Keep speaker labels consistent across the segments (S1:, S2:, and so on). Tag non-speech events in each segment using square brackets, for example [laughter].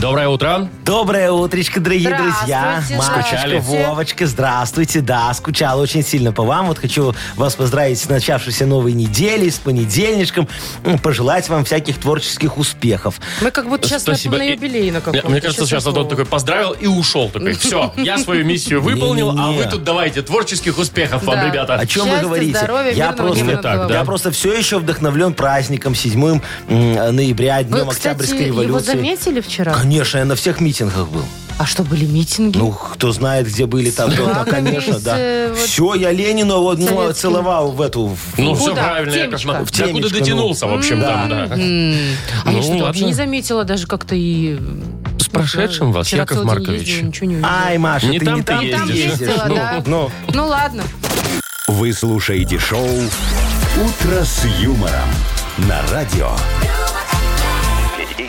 S1: Доброе утро.
S2: Доброе утречко, дорогие друзья.
S3: Здравствуйте,
S2: Машечка,
S1: Скучали?
S2: Вовочка, здравствуйте. Да, скучала очень сильно по вам. Вот хочу вас поздравить с начавшейся новой неделей, с понедельничком. М, Пожелать вам всяких творческих успехов.
S3: Мы как будто сейчас на,
S1: Спасибо.
S3: на
S1: И-
S3: юбилей на
S1: Мне,
S3: каком-то.
S1: мне кажется, сейчас Антон такой поздравил и ушел
S3: [laughs]
S1: такой. Все, я свою миссию выполнил, а
S2: Не-не-не.
S1: вы тут давайте творческих успехов вам,
S3: Да. А
S1: ребята.
S2: О чем вы
S3: Счастья,
S2: говорите?
S3: здоровья,
S2: я
S3: мирного
S2: просто,
S3: неба над
S1: Так, да.
S2: я
S3: головой.
S2: просто все еще вдохновлен праздником 7 м, ноября,
S3: Вы,
S2: Днем
S3: кстати,
S2: Октябрьской
S3: его
S2: революции.
S3: заметили вчера?
S2: Конечно, я на всех митингах был.
S3: А что, были митинги?
S2: Ну, кто знает, где были там, кто там,
S3: флагами,
S2: конечно,
S3: с,
S2: да.
S3: э, вот
S2: Все, я Ленина вот, ну,
S3: советскими.
S2: целовал в эту... в-
S1: Ну,
S3: Куда?
S1: все правильно,
S3: В
S1: Яков
S3: темечко.
S1: Маркович.
S2: В
S1: До куда
S2: темечко, ну.
S1: дотянулся, в общем, там, да.
S3: а
S1: ну,
S3: я что-то вообще
S1: ладно.
S3: не заметила даже как-то и...
S1: С прошедшим вас,
S3: Вчера
S1: Яков
S3: целый день
S1: Маркович.
S3: ездила, ничего не увидела.
S2: Ай, Маша,
S1: Не
S2: ты
S1: там
S2: не
S1: ты
S2: там,
S3: Там
S1: ездишь.
S2: ездишь.
S3: ездила,
S2: Ну,
S3: да.
S2: ну.
S3: Ну ладно.
S4: Вы слушаете шоу «Утро с юмором» на радио. Для детей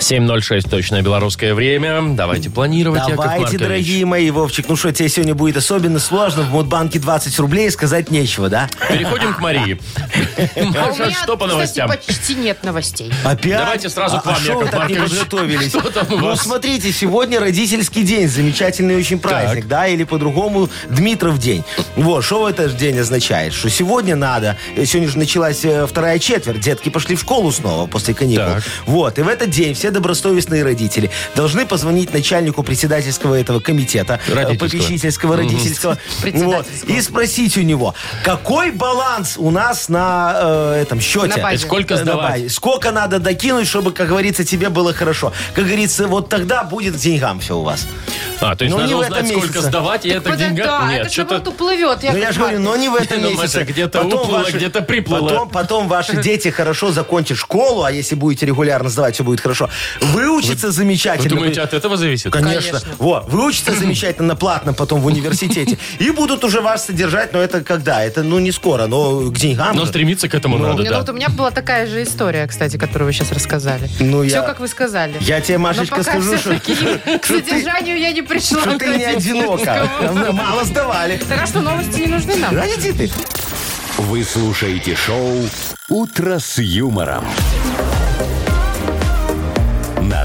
S1: 7.06 точное белорусское время. Давайте планировать, Яков
S2: Давайте,
S1: Маркович.
S2: дорогие мои, Вовчик, ну что, тебе сегодня будет особенно сложно, в Мудбанке 20 рублей сказать нечего, да?
S1: Переходим к Марии.
S3: [laughs] А у
S1: Маша,
S3: меня,
S1: что по
S3: кстати,
S1: новостям?
S3: почти
S1: [laughs]
S3: нет новостей.
S2: Опять?
S1: Давайте сразу
S2: А-
S1: к вам,
S2: а что вы
S1: Яков
S2: так не
S1: Маркович.
S2: подготовились?
S1: Что там у
S2: ну,
S1: вас?
S2: смотрите, сегодня родительский день, замечательный очень праздник, да, или по-другому Дмитров день. Вот, что этот день означает? Что сегодня надо, э, сегодня же началась э, вторая четверть, детки пошли в школу снова после каникул.
S1: Так.
S2: Вот, и в этот день все добросовестные родители должны позвонить начальнику председательского этого комитета, э,
S1: Родительского. [laughs]
S2: попечительского, родительского, вот,
S3: Председательского.
S2: и спросить у него, какой баланс у нас на э, этом счете?
S3: На базе.
S1: И сколько
S2: Э,
S1: сдавать?
S2: давай. Сколько надо докинуть, чтобы, как говорится, тебе было хорошо. Как говорится, вот тогда будет к деньгам все у вас.
S1: А, то есть
S2: Ну, не
S1: надо
S2: в
S1: узнать,
S2: этом
S1: сколько
S2: месяце.
S1: сдавать, и это
S3: Вот это
S1: деньга...
S3: да,
S1: Нет,
S3: а, это же
S1: что-то...
S3: вот уплывет.
S2: Ну, я же говорю, но не в
S1: [laughs]
S2: этом
S1: Ну,
S2: месяце.
S1: Маша, где-то уплыла, где-то приплыла.
S2: Потом, потом ваши дети хорошо закончат школу, а если будете регулярно сдавать, все будет хорошо. Выучиться замечательно.
S1: Вы думаете, а от этого зависит?
S2: Конечно.
S3: Конечно.
S2: Вот, выучатся замечательно на платном потом в университете. И будут уже вас содержать, но это когда? Это, ну, не скоро, но к деньгам.
S1: Но
S2: же.
S1: стремиться к этому надо,
S3: Не, ну вот
S1: да.
S3: у меня была такая же история, кстати, которую вы сейчас рассказали.
S2: Ну,
S3: Все,
S2: я-
S3: как вы сказали.
S2: Я тебе, Машечка,
S3: Но пока
S2: скажу, что,
S3: все-таки [laughs]
S2: [laughs]
S3: к
S2: что ты-
S3: содержанию я не пришла.
S2: что ты не одинока. Мало сдавали.
S3: Так а что, новости не нужны нам?
S2: Да иди ты.
S4: Вы слушаете шоу «Утро с юмором» на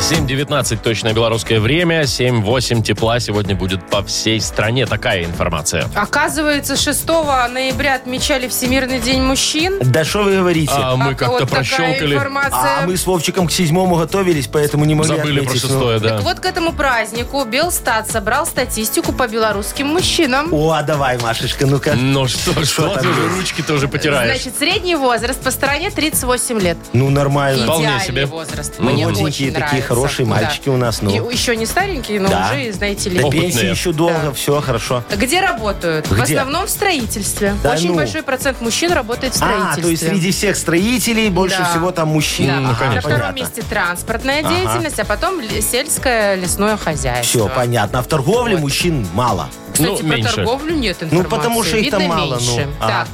S1: 7.19 точное белорусское время, 7.8 тепла сегодня будет по всей стране. Такая информация.
S3: Оказывается, 6 ноября отмечали Всемирный день мужчин.
S2: Да что вы говорите?
S1: А мы
S3: Так,
S1: как-то
S3: вот такая
S1: прощелкали.
S3: информация.
S2: А мы с Вовчиком к седьмому готовились, поэтому не могли
S1: Забыли про
S2: отметить, ну.
S1: шестое, да.
S3: Так вот, к этому празднику Белстат собрал статистику по белорусским мужчинам.
S2: О, а давай, Машечка, ну-ка.
S1: Ну что, что
S2: там
S1: ты уже
S2: есть?
S1: ручки тоже потираешь?
S3: Значит, средний возраст по стране 38 лет.
S2: Ну, нормально.
S1: Вполне
S3: Идеальный
S1: себе.
S3: возраст.
S1: Ну,
S3: Мне
S2: молоденькие
S3: очень
S2: такие
S3: нравится.
S2: хорошие
S3: Да.
S2: мальчики у нас, ну.
S3: И еще не старенькие, но
S2: Да.
S3: уже, знаете ли.
S2: До
S1: Опытные.
S2: пенсии еще долго,
S3: Да.
S2: все хорошо.
S3: Где работают? В
S2: Где?
S3: основном в строительстве.
S2: Да
S3: Очень
S2: ну.
S3: большой процент мужчин работает в
S2: А,
S3: строительстве.
S2: то есть среди всех строителей больше
S3: Да.
S2: всего там мужчин.
S3: Да.
S1: Ну,
S2: Ага,
S3: На
S1: конечно.
S3: втором
S2: понятно.
S3: месте транспортная деятельность, а потом ли- сельское лесное
S2: Все,
S3: хозяйство.
S2: понятно. А в торговле
S3: Вот.
S2: мужчин мало.
S3: Кстати,
S1: Ну,
S3: про
S1: меньше. Ну,
S3: торговлю нет информации.
S2: потому что их
S3: Видно,
S2: там мало, ну.
S3: меньше.
S1: а.
S2: Ага.
S3: Так.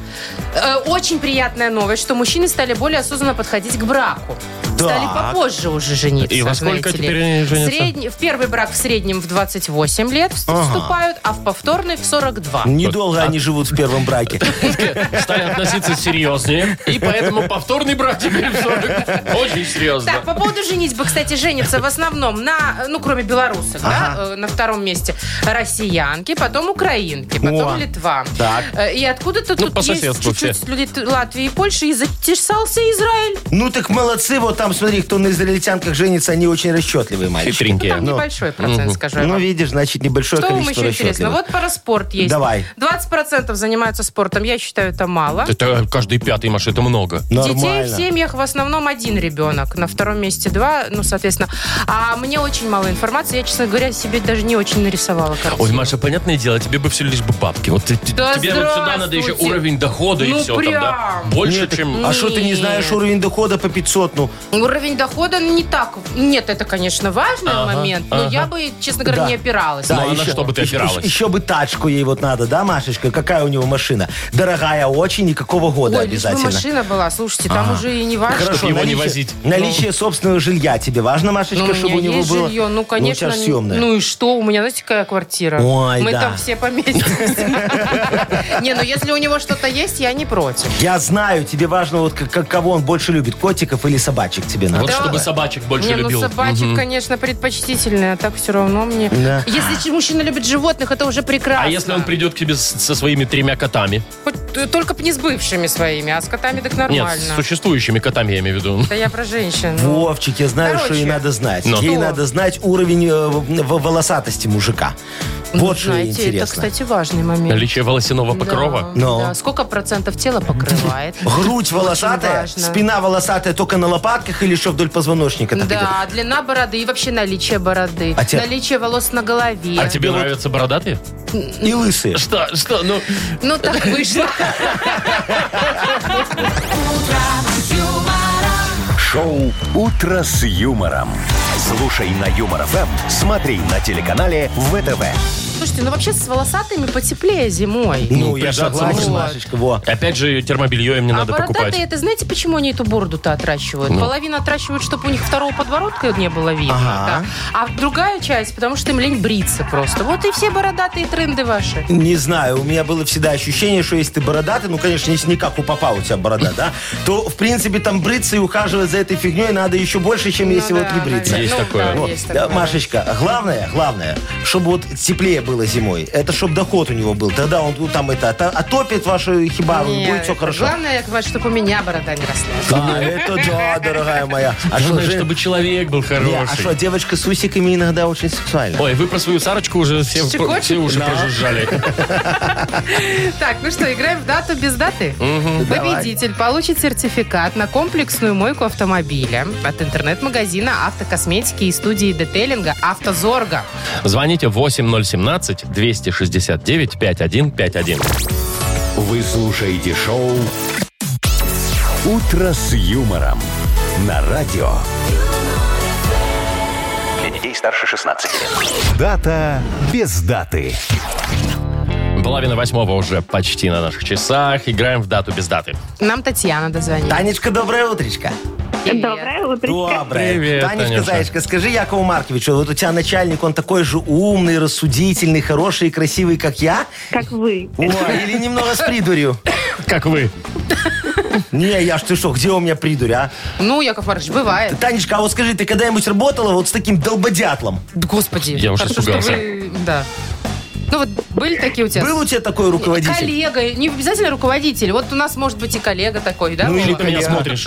S3: Э, Очень приятная новость, что мужчины стали более осознанно подходить к браку. Стали
S2: Так.
S3: попозже уже жениться.
S1: И во сколько
S3: знаете ли.
S1: теперь они женятся?
S3: Средний- в первый брак в среднем в 28 лет вст- вступают, а в повторный в 42.
S2: Недолго
S1: А-
S2: они живут в первом браке.
S3: [laughs]
S1: Стали относиться серьезнее. И поэтому повторный брак теперь в 40. Очень серьезно.
S3: Так, по поводу женитьбы, кстати, женятся в основном на, ну, кроме белорусов, да, э, на втором месте россиянки, потом украинки, потом
S2: О,
S3: Литва.
S2: так.
S3: Э, И откуда-то
S1: Ну,
S3: тут
S1: по
S3: есть
S1: соседству
S3: чуть-чуть с людей Латвии и Польши, и затесался Израиль.
S2: Ну так молодцы, вот там, смотри, кто на израильтянках женится, они очень расчетливые мальчики.
S1: Хитренькие.
S3: Там
S2: Ну.
S3: небольшой процент, скажу я
S2: Ну,
S3: вам.
S2: видишь, значит, небольшое
S3: Что вам
S2: количество
S3: еще интересно?
S2: расчетливых.
S3: Вот параспорт есть.
S2: Давай.
S3: 20% занимаются спортом. Я считаю, это мало.
S1: Это каждый пятый, Маша, это много.
S2: Нормально.
S3: Детей в семьях в основном один ребенок. На втором месте два, ну, соответственно. А мне очень мало информации. Я, честно говоря, себе даже не очень нарисовала картину.
S1: Ой, Маша, понятное дело, тебе бы все лишь бы бабки. Вот ты- ты-
S3: Да
S1: тебе вот сюда надо еще
S3: здравствуйте.
S1: уровень дохода и
S3: Ну,
S1: все там, да?
S3: прям.
S1: Больше,
S2: Нет,
S1: чем...
S2: А что ты не
S3: Нет.
S2: знаешь уровень дохода по 500? Ну,
S3: Уровень дохода ну, не так. Нет, это, конечно, важный
S1: Ага,
S3: момент, но
S1: ага.
S3: я бы, честно говоря,
S2: Да.
S3: не опиралась.
S1: Ну, а на что бы ты
S2: еще-
S1: опиралась?
S2: Еще бы тачку ей вот надо, да, Машечка? Какая у него машина? Дорогая очень и какого года
S3: Ну, Ой, лишь бы
S2: обязательно?
S3: машина была, слушайте, там уже и не важно.
S1: Чтоб его не возить. Ну.
S2: Наличие собственного жилья тебе важно, Машечка,
S3: Ну, у
S2: чтобы у
S3: меня
S2: него
S3: есть
S2: было.
S3: жилье, ну, конечно.
S2: у тебя ж съемное.
S3: ну и что? У меня, знаете, какая квартира?
S2: Ой,
S3: Мы
S2: да.
S3: там
S2: [laughs]
S3: все поместимся. Не, ну если у него что-то есть, я не против.
S2: Я знаю, тебе важно, вот как- как- кого он больше любит, котиков или собачек тебе надо.
S1: Вот
S3: Да.
S1: чтобы собачек больше
S3: Не, ну
S1: любил.
S3: собачек, конечно, предпочтительный, а так все равно мне...
S2: Да.
S3: Если ч- мужчина любит животных, это уже прекрасно.
S1: А если он придет к тебе с- со своими тремя котами?
S3: Хоть, э, только б не с бывшими своими, а с котами так нормально.
S1: Нет, с существующими котами я имею в виду.
S3: Да я про женщин.
S2: Вовчик, я знаю,
S3: Короче.
S2: что ей надо знать.
S1: Ну.
S2: Ей
S3: Что?
S2: надо знать уровень э, в- в- волосатости мужика.
S3: Ну,
S2: вот что ей
S3: знаете,
S2: интересно. Ну.
S3: это, кстати, важный момент.
S1: Наличие волосяного
S3: Да,
S1: покрова.
S2: Но.
S3: да. Сколько процентов
S2: [laughs]
S3: тела покрывает?
S2: Грудь волосатая,
S3: важно.
S2: спина волосатая только на лопатках или что вдоль позвоночника? так идет?
S3: Да, длина бороды и вообще наличие бороды.
S2: А те-
S3: Наличие волос на голове.
S1: А тебе нравятся бородатые?
S2: И лысые.
S1: Что, что, ну...
S3: Ну так вышло.
S4: Шоу «Утро с юмором». Слушай на Юмор ФМ, смотри на телеканале ВТВ.
S3: Слушайте, ну вообще с волосатыми потеплее зимой.
S1: Ну,
S2: Ну, я
S1: придется
S2: согласен,
S3: вот.
S2: Машечка. Во.
S1: Опять же, термобелье им не
S3: а
S1: надо покупать. Ну.
S3: бородатые, это знаете, почему они эту бороду-то отращивают? Половина отращивают, чтобы у них второго подбородка не было видно.
S2: Ага.
S3: да. А другая часть, потому что им лень бриться просто. Вот и все бородатые тренды ваши.
S2: Не знаю, у меня было всегда ощущение, что если ты бородатый, ну, конечно, если не как у папа а у тебя борода, да, то, в принципе, там бриться и ухаживать за этой фигней надо еще больше, чем если
S3: Ну
S2: вот
S3: да,
S2: не бриться.
S3: наверное.
S1: Есть
S3: Ну
S1: такое.
S3: да,
S2: Вот,
S3: есть
S2: да,
S3: такое.
S2: Машечка, главное, главное, чтобы вот теплее было зимой. Это чтобы доход у него был. Тогда он ну, там это ото- отопит вашу хибару,
S3: Нет,
S2: будет все хорошо.
S3: Главное, чтобы у меня борода не росла.
S2: Да, это да, дорогая моя. А что,
S1: Главное,
S2: же-
S1: чтобы человек был
S2: Не, а что,
S1: хороший.
S2: девочка с усиками иногда очень сексуальна.
S1: Ой, вы про свою Сарочку уже все,
S3: Щекочет?
S1: все уши
S2: [laughs]
S1: прожужжали.
S3: Так, ну что, играем в дату без даты?
S2: Давай.
S3: Победитель получит сертификат на комплексную мойку автомобиля от интернет-магазина автокосметики и студии детейлинга «Автозорга».
S1: Звоните 8017-269-5151.
S4: Вы слушаете шоу «Утро с юмором» на радио. Для детей старше 16 лет. Дата без даты.
S1: Половина восьмого уже почти на наших часах. Играем в дату без даты.
S3: Нам Татьяна дозвонила.
S2: Танечка, доброе утречко.
S3: Привет.
S5: Доброе утро.
S2: Доброе.
S1: Привет,
S2: Танечка,
S1: Танюша.
S2: зайчка, скажи Якову Марковичу, вот у тебя начальник, он такой же умный, рассудительный, хороший и красивый, как я?
S5: Как вы?
S2: О, или немного с придурью?
S1: Как вы?
S2: Не, Яш, ты что, где у меня придурь, а?
S3: Ну, Яков Маркович, бывает.
S2: Танечка, а вот скажи, ты когда-нибудь работала вот с таким долбодятлом?
S3: Господи.
S1: Я уже
S3: хорошо, что
S1: испугался.
S3: вы- Да. Ну вот были такие у тебя?
S2: Был у тебя такой руководитель?
S3: Коллега, не обязательно руководитель. Вот у нас может быть и коллега такой, да?
S2: Ну,
S3: Вова?
S1: Или ты меня
S2: я.
S1: смотришь?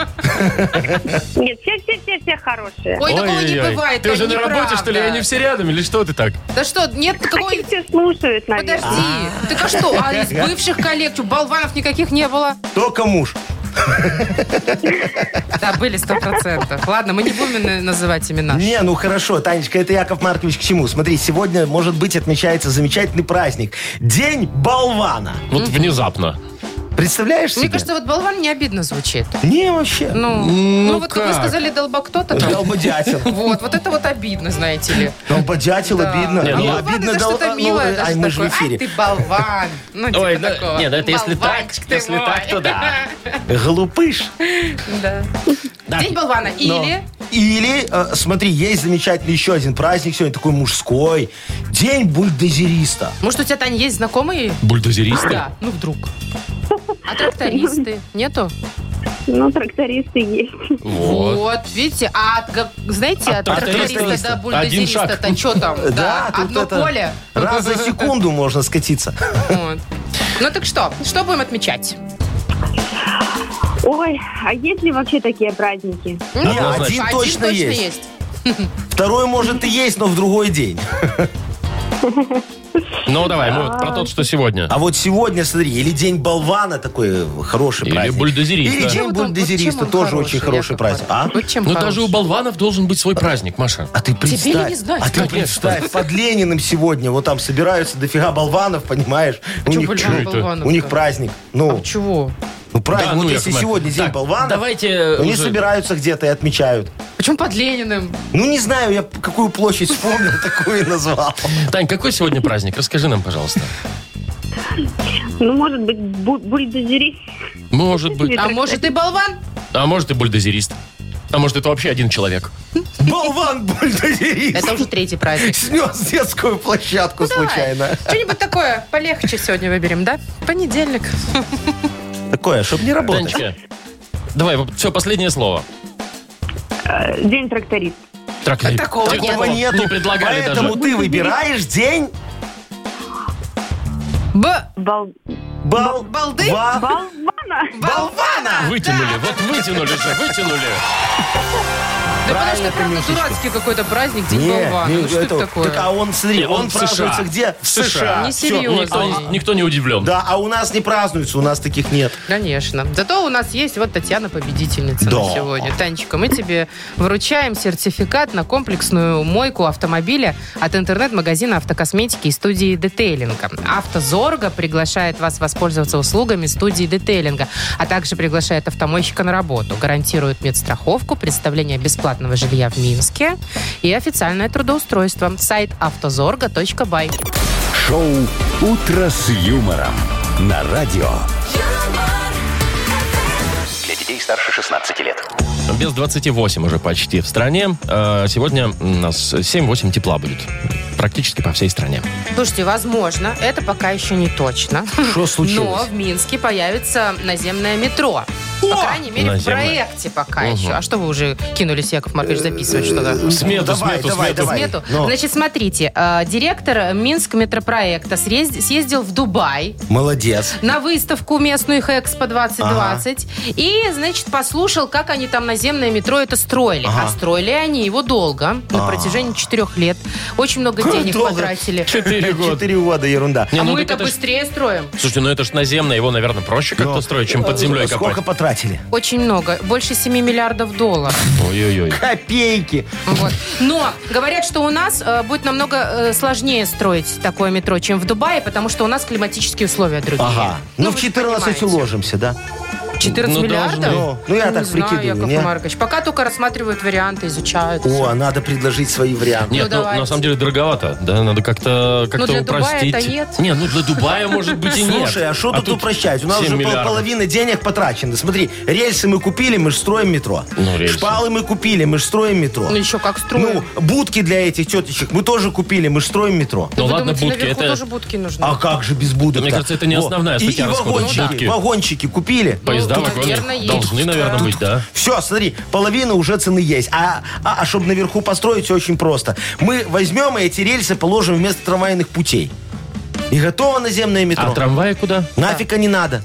S5: Нет, все-все-все-все хорошие.
S3: Ой, такого не
S1: Ой-ой-ой.
S3: бывает.
S1: Ты
S3: это
S1: уже на работе,
S3: неправда.
S1: что ли? Они все рядом? Или что ты так?
S3: Да что, нет такой...
S5: Они А все слушают, наверное.
S3: Подожди, так а что, а из бывших коллег, что, болванов никаких не было?
S2: Только муж.
S3: Да, были сто процентов. Ладно, мы не будем на- называть имена.
S2: Не, ну хорошо, Танечка, это Яков Маркович к чему? Смотри, сегодня, может быть, отмечается замечательный праздник. День болвана.
S1: Вот внезапно.
S2: Представляешь себе?
S3: Мне кажется, вот болван не обидно звучит.
S2: Не, вообще.
S3: Ну,
S1: Ну,
S3: ну вот как вы
S1: как?
S3: сказали, долбак кто-то там.
S2: Долбодятел.
S3: Вот, вот это вот обидно, знаете ли.
S2: Долбодятел
S3: Да.
S2: обидно.
S1: Не,
S3: А
S1: ну,
S2: Ну,
S3: болван
S2: обидно
S3: это
S2: дол-
S3: что-то
S2: ну,
S3: милое, даже
S2: Ай, мы же в
S3: такое, «Ай,
S2: эфире.
S3: ты болван. Ну, типа
S1: Ой, да-
S3: такого.
S1: не, да это если так,
S3: Болванчик ты
S1: если
S3: мой.
S1: так, то да.
S2: Э, Глупыш.
S3: Да. День болвана.
S2: Но-
S3: Или...
S2: Или, э, смотри, есть замечательный еще один праздник сегодня, такой мужской. День бульдозериста.
S3: Может, у тебя, Тань, есть знакомые?
S1: Бульдозеристы?
S3: Да, ну вдруг. А трактористы? Нету?
S5: Ну, трактористы есть.
S1: Вот.
S3: Вот, видите, а от, га- знаете, от
S1: тракториста
S3: тракториста до
S1: один шаг.
S3: бульдозериста-то
S2: [laughs]
S3: что там? Да,
S2: тут
S3: одно
S2: это
S3: поле.
S2: Раз за секунду можно скатиться.
S3: Вот. Ну так что, что будем отмечать?
S5: Ой, а есть ли вообще такие праздники?
S3: Ну,
S2: Не, один точно есть. Второй, может, и есть, но в другой день.
S1: Ну, давай, ну, вот про тот, что сегодня.
S2: А вот сегодня, смотри, или День болвана такой э, хороший
S1: Или
S2: праздник.
S1: бульдозериста. Чем
S2: Или День
S3: Вот он- вот чем
S2: бульдозериста
S3: он
S2: тоже
S3: хороший,
S2: очень
S3: Яков
S2: хороший праздник. А?
S3: Маркович? Вот чем
S1: Ну,
S3: хороший?
S1: даже у болванов должен быть свой праздник, Маша.
S2: А ты
S3: Тебе
S2: представь,
S3: ли не знать,
S2: а ты
S1: конечно.
S2: представь, под Лениным сегодня вот там собираются дофига болванов, понимаешь? у
S3: А Чё
S2: них,
S3: бульвар
S1: это?
S3: болванов-то?
S2: у них праздник.
S3: А
S2: Ну,
S3: Чего?
S2: Ну правильно,
S1: Да,
S2: вот
S1: ну,
S2: если
S1: Яков
S2: сегодня
S1: Маркович.
S2: день
S1: Так,
S2: болванов,
S1: давайте
S2: они
S1: уже-
S2: собираются где-то и отмечают.
S3: Почему под Лениным? А
S2: Ну не знаю, я какую площадь вспомнил, [laughs] такую и назвал.
S1: Тань, какой сегодня праздник? Расскажи нам, пожалуйста.
S5: Ну, может быть, бу- бульдозерист.
S1: Может быть.
S3: А может и болван?
S1: А может и бульдозерист. А может это вообще один человек.
S2: Болван бульдозерист.
S3: Это уже третий праздник.
S2: Снес детскую площадку [laughs]
S3: Давай,
S2: случайно.
S3: Что-нибудь такое полегче сегодня выберем, да? Понедельник. [laughs]
S2: Такое, чтобы не работать.
S1: Танечка, давай, все, последнее слово.
S5: э, День тракториста.
S1: Тракли.
S3: Такого
S1: Такого
S3: нет.
S2: нету.
S1: Не предлагали
S2: Поэтому
S1: даже.
S2: ты выбираешь день
S3: Б.
S5: Бал...
S2: бал...
S3: Балды?
S2: ва-
S5: Болвана.
S2: Болвана!
S1: Вытянули, вот вытянули же, вытянули.
S3: Да потому что,
S2: Правильно ты,
S3: правда,
S2: Мишечка.
S3: дурацкий какой-то праздник,
S2: Не,
S3: День болвана.
S2: не,
S3: Ну что это
S2: это- так, а
S3: такое? ну,
S2: он, смотри,
S1: Не,
S2: он,
S1: он в
S2: празднуется
S1: США.
S2: где?
S1: В США.
S2: Всё.
S1: Никто, никто не удивлен.
S2: Да, а у нас не празднуется, у нас таких нет.
S3: Конечно. Зато у нас есть вот Татьяна победительница на
S2: Да.
S3: сегодня. Танечка, мы тебе вручаем сертификат на комплексную мойку автомобиля от интернет-магазина автокосметики и студии детейлинга. Автозорга приглашает вас воспользоваться услугами студии детейлинга, а также приглашает автомойщика на работу, гарантирует медстраховку, представление бесплатного жилья в Минске и официальное трудоустройство. Сайт автозорга.бай.
S4: Шоу «Утро с юмором» на радио.
S6: Для детей старше 16 лет.
S1: Ну, Без 28 уже почти в стране. Э, Сегодня у нас 7-8 тепла будет. Практически по всей стране.
S3: Слушайте, возможно, это пока еще не точно.
S2: Что
S3: Но
S2: случилось?
S3: в Минске появится наземное метро. По крайней мере,
S1: Наземное.
S3: в проекте пока
S1: Мгм.
S3: еще. А что вы уже кинулись, Яков Маркович, записывать что-то?
S1: Смету,
S2: давай,
S1: смету,
S2: давай,
S1: смету.
S2: Э, давай.
S3: Смету.
S2: Ну,
S3: Значит, смотрите, э, директор Минск метропроекта съезд- съездил в Дубай
S2: молодец.
S3: на выставку местную их Экспо 2020 и, значит, послушал, как они там наземное метро это строили.
S2: Ага. А.
S3: А строили они его долго, на протяжении четырех лет. Очень много денег
S2: Долго.
S3: потратили.
S1: Четыре года.
S2: Четыре года, ерунда.
S1: Не,
S3: А
S1: ну так
S3: мы-то
S1: это ж-
S3: быстрее строим.
S1: Слушайте, ну это ж наземное, его, наверное, проще как-то
S2: Но-
S1: строить, чем под землей
S2: Ну, Сколько
S1: копать.
S2: потратили?
S3: Очень много. Больше 7 миллиардов долларов.
S1: Ой-ой-ой.
S2: Ну, Копейки.
S3: Вот. Но говорят, что у нас э, будет намного э, сложнее строить такое метро, чем в Дубае, потому что у нас климатические условия другие.
S2: Ага. Ну,
S3: вы
S2: в
S3: же
S2: 14
S3: понимаете.
S2: уложимся, да?
S3: 14
S1: Ну,
S3: миллиардов?
S1: должны.
S2: Ну, ну, я
S3: не
S2: так
S3: знаю,
S2: прикидываю,
S3: Яков
S2: не?
S3: Маркович. Пока только рассматривают варианты, изучают.
S2: О, Ну, надо предложить свои варианты.
S1: Нет, ну,
S3: давайте.
S1: на самом деле дороговато. Да, надо как-то как
S3: Ну, для
S1: упростить.
S3: Дубая-то нет.
S1: Не, ну для Дубая, может быть, и нет.
S2: Слушай, а что тут, упрощать? У нас
S1: 7
S2: уже пол-
S1: миллиардов.
S2: половина денег потрачено. Смотри, рельсы мы купили, мы же строим метро.
S1: Ну, рельсы.
S2: Шпалы мы купили, мы же строим метро.
S3: Ну, еще как
S2: Ну,
S3: строим.
S2: будки для этих тетечек мы тоже купили, мы же строим метро.
S1: Ну
S3: Вы
S1: ладно,
S3: думаете,
S1: будки.
S3: наверху
S1: Это
S3: тоже будки нужны?
S2: А как же без будок
S1: Ну, Мне кажется, это не основная
S2: И,
S1: статья
S2: и
S1: расходов.
S2: вагончики,
S1: Будки.
S2: вагончики купили.
S1: поезда
S3: Ну,
S1: вагоны
S3: наверное, есть.
S1: должны, наверное, быть, да?
S2: Все, смотри, половина уже цены есть. А, а, чтобы наверху построить, все очень просто. Мы возьмем и эти рельсы положим вместо трамвайных путей. И готово наземное метро.
S1: А трамваи куда?
S2: Нафиг они надо.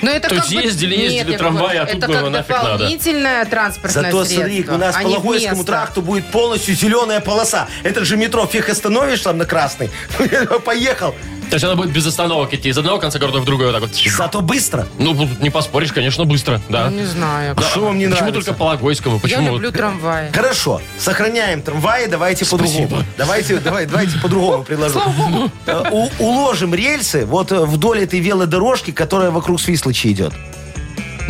S3: Ну, это
S1: То
S3: как
S1: есть
S3: бы-
S1: ездили,
S3: Нет,
S1: ездили
S3: Яков
S1: трамваи, а
S3: Маркович,
S1: тут
S3: Это
S1: было
S3: как
S1: нафиг надо.
S3: дополнительное транспортное
S2: Зато смотри,
S3: средство.
S2: у нас
S3: а
S2: по
S3: не
S2: Лохойскому
S3: вместо.
S2: тракту будет полностью зеленая полоса. Это же метро, фиг остановишь там на красный. [laughs] Поехал.
S1: То есть она будет без остановок идти из одного конца города в другой вот так вот.
S2: Зато быстро.
S1: Ну, тут не поспоришь, конечно, быстро, да.
S3: Ну, Не знаю.
S1: Да.
S2: Что вам не
S1: Почему
S2: нравится?
S1: только по Логойскому?
S3: Я
S1: Почему?
S3: люблю трамваи.
S2: Хорошо, сохраняем трамваи, давайте по-другому. Давайте, давай, давайте по-другому предложу. Э, у- уложим рельсы вот э, вдоль этой велодорожки, которая вокруг Свислочи идет.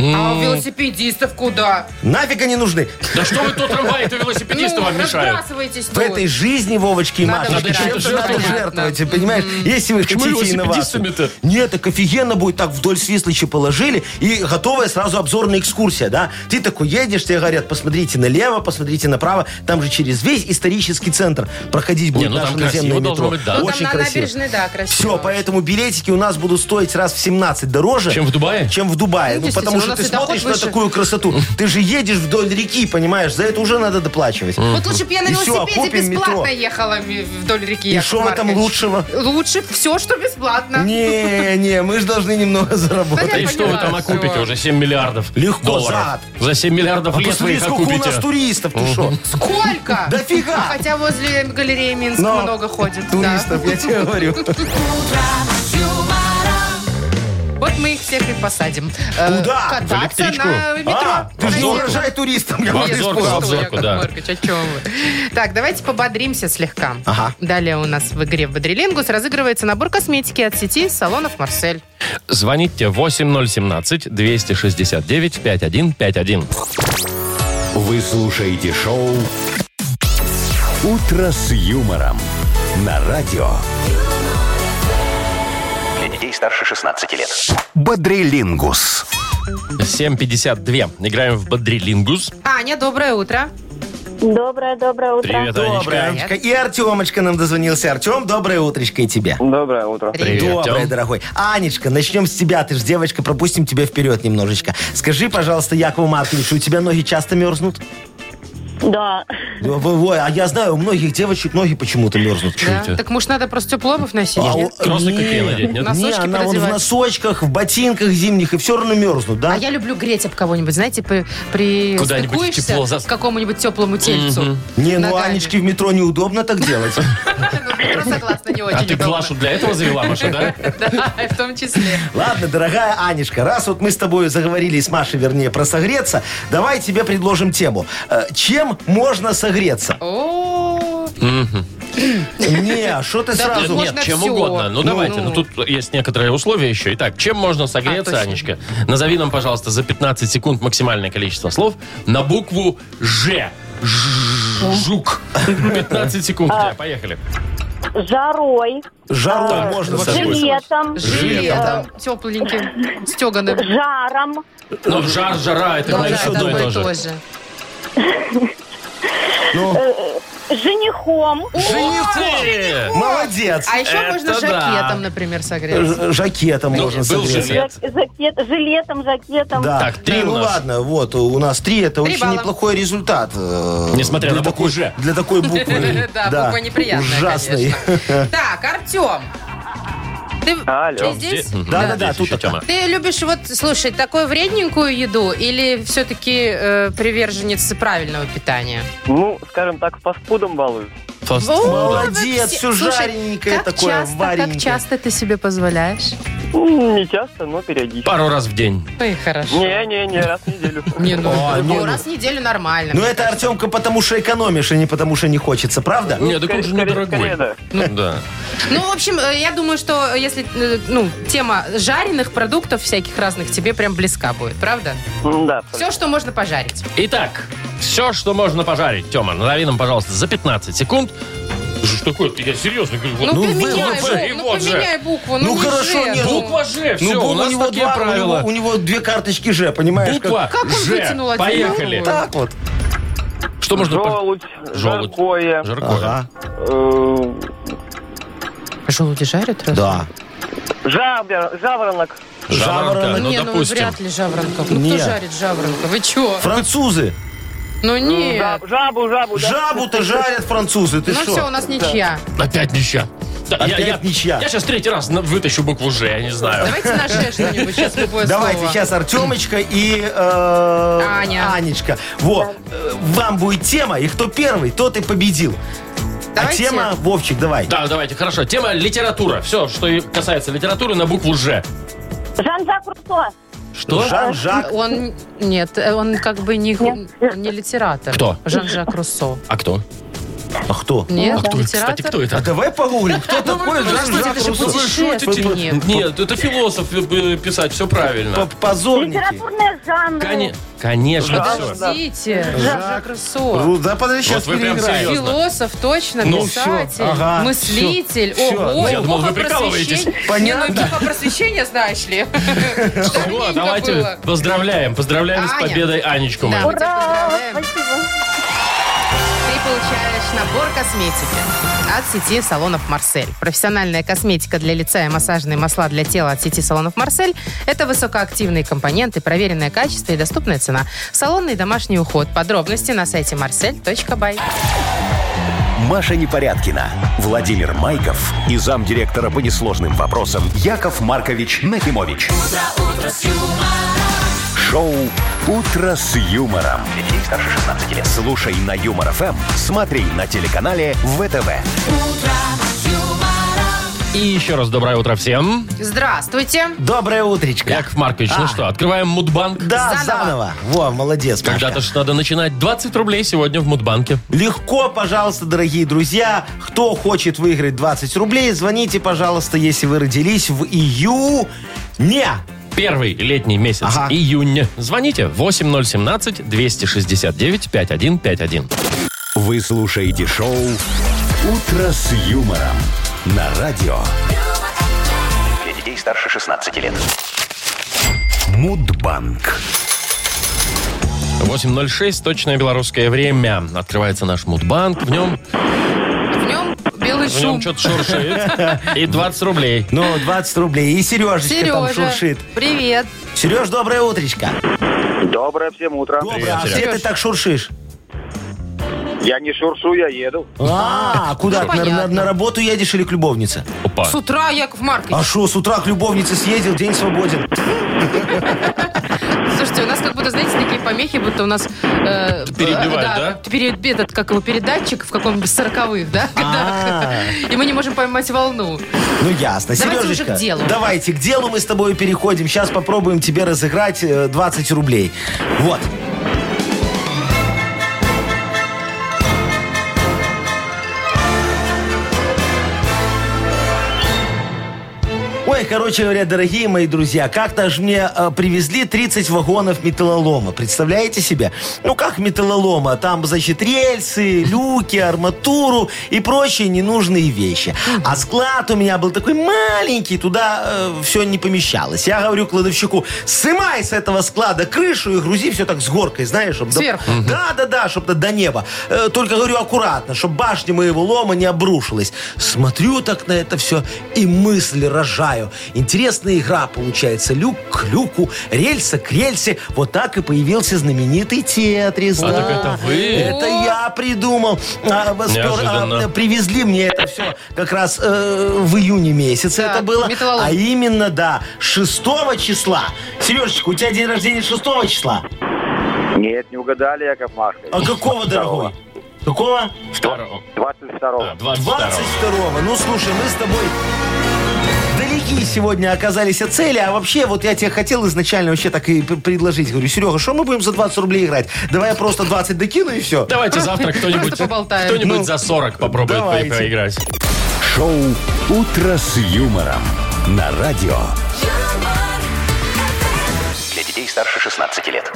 S3: А у велосипедистов куда? Ну,
S2: Нафиг они нужны.
S1: Да что вы тут трамваи-то велосипедисты вам мешают?
S3: разбрасывайтесь
S2: В этой жизни, Вовочки и
S3: Надо
S2: Машечки,
S1: выбирать.
S2: чем-то надо
S1: Жертвовать
S2: жертвовать, понимаешь? Если вы
S1: Почему
S2: хотите
S1: велосипедистами-то?
S2: инновацию. Нет, так офигенно будет, так вдоль Свислочи положили, и готовая сразу обзорная экскурсия, да? Ты такой едешь, тебе говорят, посмотрите налево, посмотрите направо, там же через весь исторический центр проходить будет
S1: ну там
S2: наше наземное
S1: красиво должно
S2: метро.
S1: быть, да.
S3: Ну,
S2: Очень
S3: там на
S2: красиво.
S3: набережной, да, красиво.
S2: Все, поэтому билетики у нас будут стоить раз в 17 дороже.
S1: Чем в Дубае?
S2: Чем в Дубае.
S3: Ну,
S2: Ну, потому что
S3: действительно, у нас
S2: ты
S3: и доход
S2: смотришь на
S3: выше.
S2: такую красоту. Ты же едешь вдоль реки, понимаешь, за это уже надо доплачивать.
S3: Вот лучше бы я на
S2: И всё,
S3: велосипеде
S2: купим метро.
S3: бесплатно ехала ми- вдоль реки.
S2: И
S3: Яков
S2: что там [laughs]
S3: Маркович.
S2: лучшего?
S3: Лучше все, что бесплатно.
S2: Не-не, мы же должны немного
S3: Да
S1: И
S3: я
S2: заработать.
S1: что вы там
S3: поняла,
S1: окупите?
S3: всё.
S1: Уже 7 миллиардов
S2: Легко,
S1: долларов.
S2: за ад.
S1: За 7 миллиардов
S2: А
S1: лет вы
S2: посмотри,
S1: их
S2: сколько у
S1: окупите.
S2: нас туристов, ты что?
S3: Сколько?
S2: Да
S3: Ну,
S2: фига.
S3: Хотя возле галереи Минск
S2: Но
S3: много ходит. да.
S2: Туристов, я тебе говорю.
S3: Вот мы их всех и посадим. Э,
S2: Куда? В
S3: Кататься
S1: электричку? А,
S3: на метро.
S2: А, ты же не
S3: Подожди.
S2: угрожай туристам. я
S1: Во
S3: Нет,
S2: уже
S1: обзорку, во
S3: что вы,
S2: испугался.
S1: обзорку,
S3: Яков
S1: да.
S3: Маркович, о чем вы? Так, давайте пободримся слегка.
S2: Ага.
S3: Далее у нас в игре в Бодрилингус разыгрывается набор косметики от сети салонов «Марсель».
S1: Звоните 8017-269-5151.
S4: Вы слушаете шоу «Утро с юмором» на радио
S6: Для детей старше 16 лет.
S4: «Бодрилингус».
S1: 7.52. Играем в Бодрилингус.
S3: Аня, доброе утро.
S5: Доброе, доброе утро.
S1: Привет,
S2: Доброе
S1: Анечка.
S2: утречко. И Артемочка нам дозвонился. Артем, доброе утречко и тебе.
S7: Доброе утро.
S1: Привет,
S2: Доброе,
S1: Артем.
S2: дорогой. Анечка, начнем с тебя. Ты же девочка, пропустим тебя вперед немножечко. Скажи, пожалуйста, Якову Марковичу, у тебя ноги часто мерзнут?
S5: Да.
S2: Во- во, А я знаю, у многих девочек ноги почему-то мерзнут.
S3: Да?
S1: это?
S3: Так может надо просто тепло обувь носить?
S2: А
S3: Нет?
S2: у-
S1: Кроссы
S2: не,
S1: какие надеть, нет?
S2: Не,
S3: Носочки
S2: она вон в
S3: пододевать.
S2: носочках, в ботинках зимних, и все равно мерзнут, да?
S3: А я люблю греть об кого-нибудь, знаете, при, при
S1: Куда-нибудь в
S3: стыкуешься
S1: тепло за-
S3: к какому-нибудь теплому тельцу.
S2: Не, ну
S3: Ногами.
S2: Анечке в метро неудобно так делать.
S3: [laughs] Ну, метро, согласна, не очень
S1: А ты
S3: удобно.
S1: Глашу для этого завела, Маша, да?
S3: [laughs] Да, в том числе.
S2: Ладно, дорогая Анечка, раз вот мы с тобой заговорили, с Машей, вернее, про согреться, давай тебе предложим тему. Э, Чем можно согреться?
S3: О,
S2: Не, что ты
S3: Да
S2: сразу...
S3: тут
S1: Нет,
S3: можно
S1: чем
S3: всё.
S1: угодно. Ну,
S3: Ну,
S1: давайте, ну
S3: ну.
S1: тут есть некоторые условия еще. Итак, чем можно согреться,
S3: точно.
S1: Анечка? Назови нам, пожалуйста, за 15 секунд максимальное количество слов на букву Ж. Ж- Жук. 15 секунд у тебя, поехали.
S5: Жарой,
S2: Жарой
S1: Так,
S2: можно
S1: вот
S2: согреться.
S1: такой.
S5: жилетом,
S3: жилетом тепленьким, стеганым.
S5: жаром,
S1: Ну, жар, жара, это,
S3: Да,
S1: конечно,
S3: это
S1: одно и то же.
S3: тоже.
S2: Ну,
S5: женихом.
S1: Женихом!
S2: молодец.
S3: А еще
S1: Это да.
S3: можно жакетом, например,
S2: Ж-
S3: согреться.
S2: Жакетом
S1: Ну,
S2: можно
S1: был
S2: согреться.
S1: жилет.
S5: Жак- жакет- жилетом, жакетом.
S2: Да.
S1: Так, три
S2: Не,
S1: у
S2: ну
S1: нас.
S2: ладно, вот, у нас три, это
S3: Три
S2: очень
S3: балла.
S2: неплохой результат. э,
S1: Несмотря
S2: для
S1: на букву
S2: такой-
S1: «Ж».
S2: Для такой буквы.
S3: [laughs] Да, буква неприятная,
S2: Ужасный.
S3: конечно. Так, Артем. Ты,
S7: Алло.
S3: ты здесь?
S1: Мгм.
S2: Да-да-да,
S1: Здесь
S2: тут
S1: еще
S2: такая.
S1: Тёма.
S3: Ты любишь вот, слушай, такую вредненькую еду или все-таки э, приверженец правильного питания?
S7: Ну, скажем так, фастфудом балую.
S1: Фаст-
S3: О,
S2: Молодец,
S3: вот все-
S2: всё
S3: слушай,
S2: жарененькое
S3: как
S2: такое,
S3: часто,
S2: варененькое.
S3: Как часто ты себе позволяешь?
S7: М, Не часто, но периодически.
S1: Пару раз в день.
S3: Ну и хорошо.
S7: Не-не-не, раз
S1: [laughs]
S7: в неделю.
S3: Не, ну,
S2: О,
S3: ну,
S2: не,
S3: раз в неделю нормально.
S2: Ну это, Артемка, потому что экономишь, а не потому что не хочется, правда?
S1: Нет, так он же
S7: Скорее-
S1: недорогой.
S7: скорее, да.
S1: Ну, да.
S3: Ну, в общем, э, я думаю, что э, если, э, ну, тема жареных продуктов всяких разных тебе прям близка будет, правда?
S7: М, Да.
S3: Все, что можно пожарить.
S1: Итак, все, что можно пожарить, Тема, назови нам, пожалуйста, за 15 секунд. Что такое? Я серьезно говорю. вот-
S3: Ну,
S2: ну,
S1: вы-
S3: поменяй, букву,
S1: вы-
S3: ну,
S1: вот же.
S3: поменяй букву. Ну,
S2: Ну,
S3: не
S2: хорошо,
S3: «Ж»,
S2: нет,
S3: ну.
S1: Буква Ж,
S2: Ну,
S1: все, у
S2: Бог,
S1: нас такие
S2: два,
S1: правила.
S2: У него, у него две карточки Ж, понимаешь?
S1: Буква А.
S3: Как он вытянул
S1: Ж,
S3: один
S1: поехали.
S2: Как... Так вот.
S1: Что можно... по-
S7: Желудь,
S1: Желудь.
S7: жаркое.
S1: Жаркое.
S2: Ага.
S7: э,
S3: Желуди жарят? разве?
S2: Да.
S7: жабер- Жаворонок.
S1: Жаворонка,
S2: Жаворонок.
S1: ну,
S3: не, ну
S1: допустим.
S3: вряд ли жаворонков. Ну
S2: Нет.
S3: кто жарит жаворонка? Вы чё?
S2: Французы.
S3: Ну
S7: М,
S3: нет.
S7: жаб- Жабу, жабу. да.
S2: Жабу-то жарят французы. Ты
S3: Ну
S2: что?
S3: все, у нас ничья.
S1: Опять ничья. Да,
S2: Опять ничья.
S1: Я сейчас третий раз на- вытащу букву Ж, я не знаю.
S3: Давайте на «Ж» что-нибудь сейчас любое
S2: Давайте
S3: слово.
S2: сейчас Артемочка и э,
S3: Аня.
S2: Анечка. Во, э, вам будет тема, и кто первый, тот и победил.
S3: Давайте.
S2: А тема, Вовчик, давай.
S1: Да, давайте, хорошо. Тема литература. Все, что и касается литературы, на букву Ж.
S5: Жан-Жак Руссо.
S1: Что?
S2: Жан-Жак.
S3: Он, нет, э, он как бы не, не литератор.
S1: Кто?
S3: Жан-Жак Руссо.
S1: А кто?
S2: А кто?
S3: Нет,
S1: А кто?
S3: литератор.
S1: Кстати, кто
S2: А
S1: это?
S2: давай погуглим,
S3: Ну,
S2: кто такой
S3: Подождите,
S2: Жан-Жак
S3: это же
S2: Руссо.
S3: путешественник.
S1: Нет, это философ э, писать, все правильно.
S2: П- Позорники.
S5: Литературная жанра.
S1: Коне- Ну, Конечно, все.
S3: Подождите, Жан-Жак Руссо.
S2: Ру- Ну, Да подожди, сейчас
S1: вы прям
S2: переиграем.
S1: серьезно.
S3: Философ, точно,
S1: Ну,
S3: писатель,
S2: всё, ага,
S3: мыслитель.
S2: всё, всё.
S3: Ого,
S1: Я думал,
S3: эпоха
S1: вы прикалываетесь.
S3: просвещения.
S2: Понятно.
S3: Не, ну эпоха просвещения, знаешь ли.
S1: Всё, давайте
S3: было.
S1: поздравляем. Поздравляем с
S3: Аня.
S1: победой Анечку.
S3: Да,
S1: мы.
S3: мы тебя поздравляем.
S5: Спасибо.
S3: Ты получаешь набор косметики от сети салонов «Марсель». Профессиональная косметика для лица и массажные масла для тела от сети салонов «Марсель» – это высокоактивные компоненты, проверенное качество и доступная цена. Салонный и домашний уход. Подробности на сайте marsel.by.
S4: Маша Непорядкина, Владимир Майков и замдиректора по несложным вопросам Яков Маркович Нахимович. Шоу Утро с юмором.
S6: Для детей старше 16 лет.
S4: Слушай на юмор ФМ, смотри на телеканале ВТВ.
S1: И еще раз доброе утро всем.
S3: Здравствуйте.
S2: Доброе утречко.
S1: Яков Маркович, ну
S2: А.
S1: что, открываем Мудбанк?
S2: Да,
S3: Заново.
S2: заново. Во, молодец, Машка.
S1: Когда-то ж надо начинать. 20 рублей сегодня в Мудбанке.
S2: Легко, пожалуйста, дорогие друзья. Кто хочет выиграть 20 рублей, звоните, пожалуйста, если вы родились в июне.
S1: Первый летний месяц,
S2: Ага.
S1: июнь. Звоните 8017-269-5151.
S4: Вы слушаете шоу «Утро с юмором» на радио.
S6: Для детей старше 16 лет.
S4: Мудбанк.
S1: 8.06, точное белорусское время. Открывается наш Мудбанк. В нем,
S3: В нем белый
S1: в нем
S3: шум.
S1: что-то шуршит. И 20 рублей.
S2: Ну, 20 рублей. И Сережечка там шуршит.
S3: привет.
S2: Сереж, доброе утречко.
S7: Доброе всем утро.
S2: Доброе. А
S1: Сереж.
S2: где ты так шуршишь?
S7: Я не шуршу, я еду.
S2: А, куда?
S3: Ну,
S2: ты, на- на,
S3: понятно.
S2: на работу едешь или к любовнице?
S1: Опа.
S3: С утра, Яков
S2: А
S3: Маркович.
S2: что, с утра к любовнице съездил, день свободен.
S3: Слушайте, у нас как будто, знаете, такие помехи, будто у нас... э,
S1: Перебивают,
S3: э,
S1: да?
S3: пере- этот, как его, передатчик в каком-нибудь сороковых, да?
S2: А.
S3: И мы не можем поймать волну.
S2: Ну, ясно.
S3: Давайте
S2: Сережечка,
S3: уже к делу.
S2: давайте к делу мы с тобой переходим. Сейчас попробуем тебе разыграть э, 20 рублей. Вот. Ой, короче говоря, дорогие мои друзья, как-то же мне э, привезли 30 вагонов металлолома. Представляете себе? Ну как металлолома? Там, значит, рельсы, люки, арматуру и прочие ненужные вещи. А склад у меня был такой маленький, туда все не помещалось. Я говорю кладовщику, снимай с этого склада крышу и грузи все так с горкой, знаешь, чтобы... до-
S3: Сверху.
S2: Да, да, да, чтобы до неба. Э, Только говорю аккуратно, чтобы башня моего лома не обрушилась. Смотрю так на это все и мысли рожаю. Интересная игра получается. Люк к люку, рельса к рельсе. Вот так и появился знаменитый Тетрис.
S1: А,
S2: да.
S1: так это вы?
S2: Это я придумал. А, спер-
S1: Неожиданно.
S2: а, привезли мне это все как раз э, в июне месяце
S3: Так,
S2: это было.
S3: металлолом.
S2: А именно, да, 6 числа. Сережечка, у тебя день рождения 6 числа?
S7: Нет, не угадали, Яков Маркович.
S2: А какого, дорогой? Какого?
S1: Второго.
S7: 22-го.
S1: Да, 22.
S2: 22-го. Ну, слушай, мы с тобой далеки сегодня оказались от цели, а вообще вот я тебе хотел изначально вообще так и п- предложить. Говорю, Серега, что мы будем за 20 рублей играть? Давай я просто 20 докину и все.
S1: Давайте завтра кто-нибудь
S3: Просто поболтаем.
S1: кто-нибудь
S2: Ну,
S1: за 40 попробует
S2: давайте.
S1: поиграть.
S4: Шоу «Утро с юмором» на радио.
S6: Для детей старше 16 лет.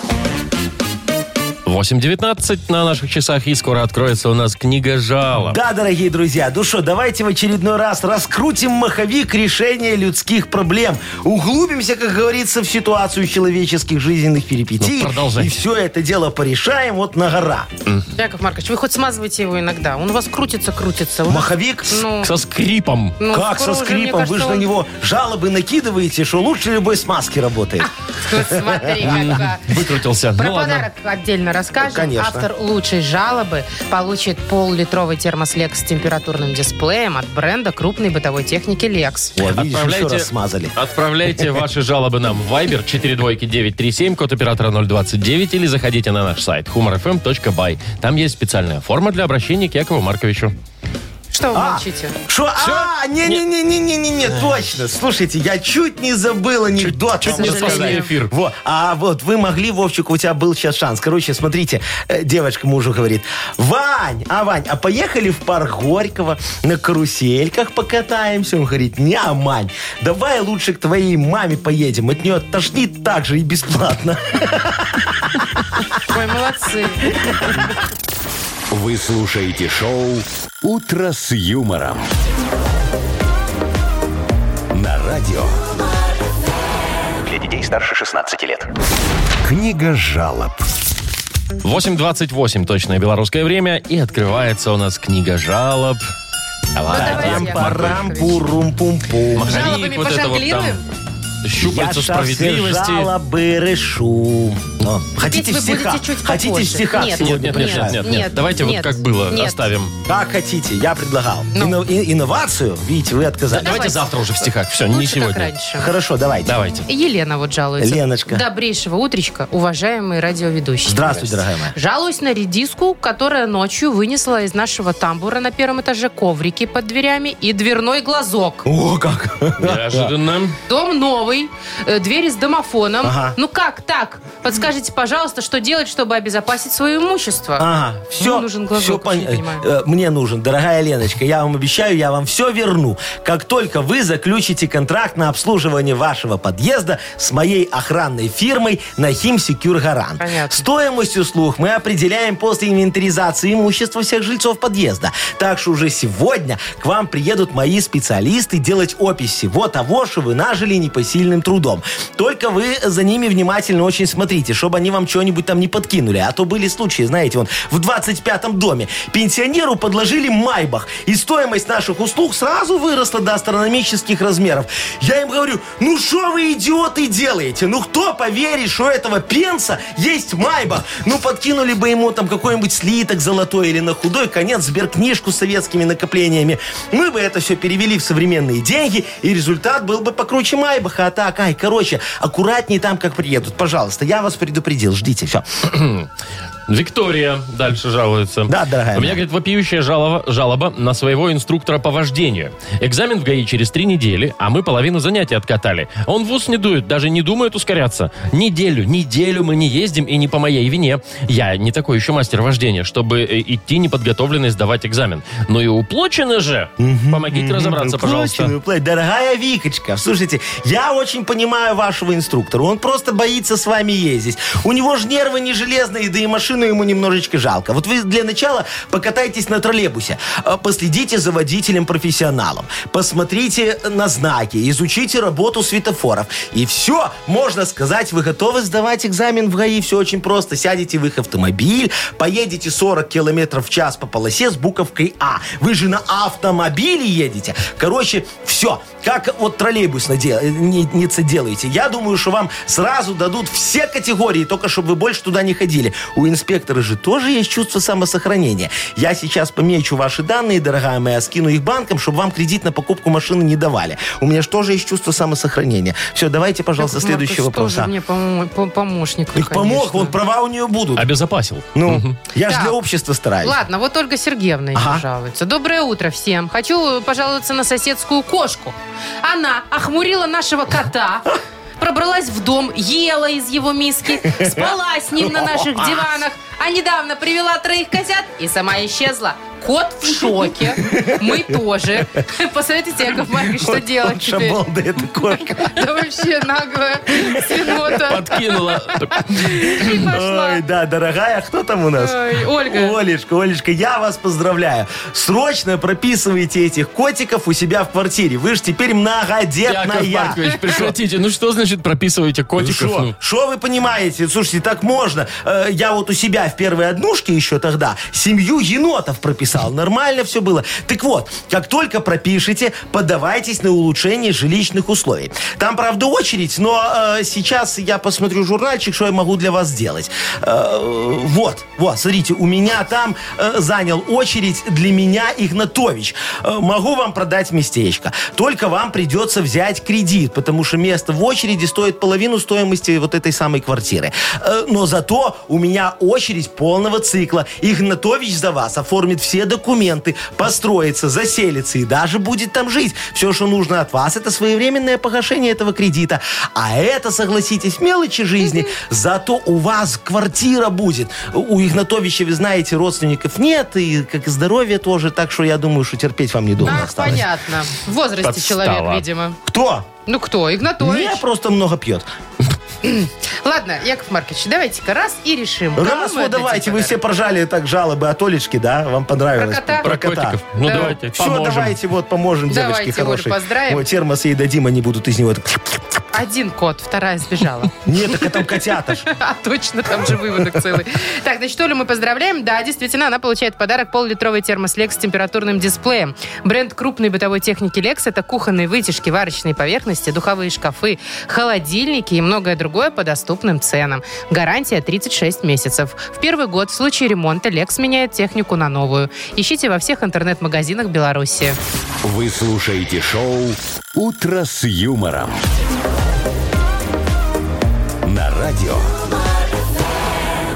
S1: 8.19 на наших часах, и скоро откроется у нас книга жалоб.
S2: Да, дорогие друзья, ну что, давайте в очередной раз раскрутим маховик решения людских проблем. Углубимся, как говорится, в ситуацию человеческих жизненных перипетий.
S1: Ну, продолжайте.
S2: и все это дело порешаем вот на гора.
S3: Яков Маркович, вы хоть смазывайте его иногда. Он у вас крутится-крутится. Он-
S2: Маховик
S3: Ну,
S1: Со скрипом.
S3: ну,
S2: как
S3: скоро
S2: со
S3: уже, мне
S2: скрипом?
S3: кажется,
S2: Вы же на
S3: он-
S2: него жалобы накидываете, что лучше любой смазки работает.
S3: Смотри, какая.
S1: Выкрутился.
S3: Про
S1: ну ладно.
S3: подарок отдельно расскажем.
S2: Конечно.
S3: Автор лучшей жалобы получит пол-литровый термос Lex с температурным дисплеем от бренда крупной бытовой техники Lex.
S2: Вот, видишь, еще раз смазали.
S1: Отправляйте ваши жалобы нам в Viber 42937, код оператора 029, или заходите на наш сайт humorfm.by. Там есть специальная форма для обращения к Якову Марковичу.
S3: Что вы
S2: А,
S3: молчите?
S2: Что? А, не-не-не-не-не-не, точно. Слушайте, я чуть не забыл анекдот.
S1: Чуть не
S3: к сожалению.
S1: сказали эфир.
S2: Во, а вот вы могли, Вовчик, у тебя был сейчас шанс. Короче, смотрите, э, девочка мужу говорит, Вань, а Вань, а поехали в парк Горького на карусельках покатаемся? Он говорит, не, Мань, давай лучше к твоей маме поедем, от нее тошнит так же и бесплатно.
S3: Ой, молодцы.
S4: Вы слушаете шоу «Утро с юмором» на радио.
S6: Для детей старше 16 лет.
S4: Книга жалоб.
S1: 8.28 точное белорусское время, и открывается у нас книга жалоб. Давай.
S3: давайте,
S1: Яков
S3: Яков
S1: Маркович.
S2: Парам-пурум-пум-пум.
S1: Маховик,
S3: Жалобами
S1: вот это вот там.
S3: пожонглируем?
S1: щупальца
S2: Я со
S1: справедливости.
S2: все жалобы решу. Но. Хотите
S3: Петь вы
S2: стиха?
S3: будете чуть
S2: Хотите
S3: попозже.
S2: стиха
S3: Нет,
S1: Нет,
S2: сегодня
S1: нет, нет, нет,
S2: прочитать?
S1: нет,
S3: Нет,
S1: Давайте
S3: нет,
S1: вот как было
S3: нет.
S1: оставим.
S2: Как хотите, я предлагал.
S3: Ну.
S2: Инно- и- инновацию, видите, вы отказались.
S1: Давайте завтра уже в стихах. Все, не
S3: Лучше как
S1: сегодня.
S3: раньше.
S2: Хорошо, давайте.
S1: Давайте.
S3: Елена вот жалуется.
S2: Леночка.
S3: Добрейшего утречка, уважаемые радиоведущие.
S2: Здравствуй, дорогая моя.
S3: Жалуюсь на редиску, которая ночью вынесла из нашего тамбура на первом этаже коврики под дверями и дверной глазок.
S2: О,
S1: [laughs]
S2: как!
S1: Неожиданно.
S3: Дом новый, э, двери с домофоном.
S2: Ага.
S3: Ну как так? Подскажите, пожалуйста, что делать, чтобы обезопасить свое имущество?
S2: Ага, все,
S3: нужен глазок,
S2: все
S3: вообще не понимаю.
S2: э, мне нужен, дорогая Леночка, я вам обещаю, я вам все верну, как только вы заключите контракт на обслуживание вашего подъезда с моей охранной фирмой Нахим Секюр Гарант.
S3: Понятно.
S2: Стоимость услуг мы определяем после инвентаризации имущества всех жильцов подъезда. Так что уже сегодня к вам приедут мои специалисты делать опись всего того, что вы нажили непосильным трудом. Только вы за ними внимательно очень смотрите, чтобы они вам чего-нибудь там не подкинули. А то были случаи, знаете, вон в 25-м доме пенсионеру подложили майбах, и стоимость наших услуг сразу выросла до астрономических размеров. Я им говорю, ну что вы, идиоты, делаете? Ну кто поверит, что у этого пенса есть майбах? Ну подкинули бы ему там какой-нибудь слиток золотой или на худой конец сберкнижку с советскими накоплениями. Мы бы это все перевели в современные деньги, и результат был бы покруче майбаха. А так, ай, короче, аккуратней там, как приедут. Пожалуйста, я вас предупредил, ждите, все.
S1: Виктория дальше жалуется.
S2: Да, дорогая
S1: У меня,
S2: моя.
S1: говорит, вопиющая жалоба, жалоба на своего инструктора по вождению. Экзамен в ГАИ через три недели, а мы половину занятий откатали. Он в ус не дует, даже не думает ускоряться. Неделю, неделю мы не ездим и не по моей вине. Я не такой еще мастер вождения, чтобы э, идти неподготовленный сдавать экзамен. Ну и уплочено же. Помогите разобраться, пожалуйста.
S2: Уплоченную плоть. Дорогая Викочка, слушайте, я очень понимаю вашего инструктора. Он просто боится с вами ездить. У него же нервы не железные, да и машину ему немножечко жалко. Вот вы для начала покатайтесь на троллейбусе, а, последите за водителем-профессионалом, посмотрите на знаки, изучите работу светофоров. И все, можно сказать, вы готовы сдавать экзамен в ГАИ. Все очень просто. Сядете в их автомобиль, поедете 40 километров в час по полосе с буковкой А. Вы же на автомобиле едете. Короче, все. Как вот троллейбус делаете, делаете. Я думаю, что вам сразу дадут все категории, только чтобы вы больше туда не ходили. У инспектора же тоже есть чувство самосохранения. Я сейчас помечу ваши данные, дорогая моя, скину их банкам, чтобы вам кредит на покупку машины не давали. У меня же тоже есть чувство самосохранения. Все, давайте, пожалуйста,
S3: Яков
S2: следующий
S3: Маркович
S2: вопрос.
S3: тоже
S2: А.
S3: мне помо- по- помощник. ну,
S2: Их помог,
S3: конечно.
S2: вон права у нее будут.
S1: Обезопасил.
S2: Ну, я же
S3: Так.
S2: для общества стараюсь.
S3: Ладно, вот Ольга Сергеевна еще
S2: Ага.
S3: жалуется. Доброе утро всем. Хочу пожаловаться на соседскую кошку. Она охмурила нашего кота, пробралась в дом, ела из его миски, спала с ним на наших диванах, а недавно привела троих козят и сама исчезла. Кот в шоке. Мы тоже. Посоветуйте, Яков Маркович, что делать
S2: Вот
S3: теперь?
S2: шаболда эта кошка.
S3: Да вообще наглая свинота.
S1: Подкинула.
S3: И [laughs] пошла.
S2: Ой, да, дорогая, а кто там у нас?
S3: Ой, Ольга.
S2: Олечка, Олечка, я вас поздравляю. Срочно прописывайте этих котиков у себя в квартире. Вы же теперь
S1: Яков
S2: многодетная.
S1: Маркович, прекратите. Ну что значит прописываете котиков? Ну,
S2: Что? Что вы понимаете? Слушайте, так можно. Э, Я вот у себя в первой однушке еще тогда семью енотов прописал. Нормально все было. Так вот, как только пропишете, подавайтесь на улучшение жилищных условий. Там, правда, очередь, но э, сейчас я посмотрю журнальчик, что я могу для вас сделать. Э, вот, вот, смотрите, у меня там э, занял очередь для меня Игнатович. Э, могу вам продать местечко. Только вам придется взять кредит, потому что место в очереди стоит половину стоимости вот этой самой квартиры. Э, но зато у меня очередь полного цикла. Игнатович за вас оформит все документы, построится, заселится и даже будет там жить. Все, что нужно от вас, это своевременное погашение этого кредита. А это, согласитесь, мелочи жизни. Зато у вас квартира будет. У Игнатовича, вы знаете, родственников нет, и как и здоровье тоже, так что я думаю, что терпеть вам недолго
S3: Ах,
S2: осталось.
S3: понятно. В возрасте
S1: Подстава.
S3: человек, видимо.
S2: Кто?
S3: Ну кто? Игнатович.
S2: Не просто много пьет.
S3: Ладно, Яков Маркович, давайте-ка раз и решим. кому
S2: Раз,
S3: мы
S2: вот
S3: отдадим
S2: давайте, вы
S3: подарок.
S2: все поржали так жалобы от Олечки, да? Вам понравилось?
S3: Про кота?
S1: Про котиков. Ну
S3: Да.
S1: давайте,
S2: Все,
S1: поможем.
S2: давайте, вот, поможем
S3: Давайте,
S2: девочке
S3: Олю,
S2: хорошей.
S3: поздравим.
S2: Вот, термос ей дадим, они будут из него так
S3: один кот, вторая
S2: [laughs]
S3: сбежала.
S2: Нет, так это котята ж.
S3: А точно, там же выводок целый. Так, значит, Олю мы поздравляем. Да, действительно, она получает в подарок пол-литровый термос Lex с температурным дисплеем. Бренд крупной бытовой техники Lex – это кухонные вытяжки, варочные поверхности, духовые шкафы, холодильники и многое другое по доступным ценам. Гарантия 36 месяцев. В первый год в случае ремонта Lex меняет технику на новую. Ищите во всех интернет-магазинах Беларуси.
S4: Вы слушаете шоу «Утро с юмором». На радио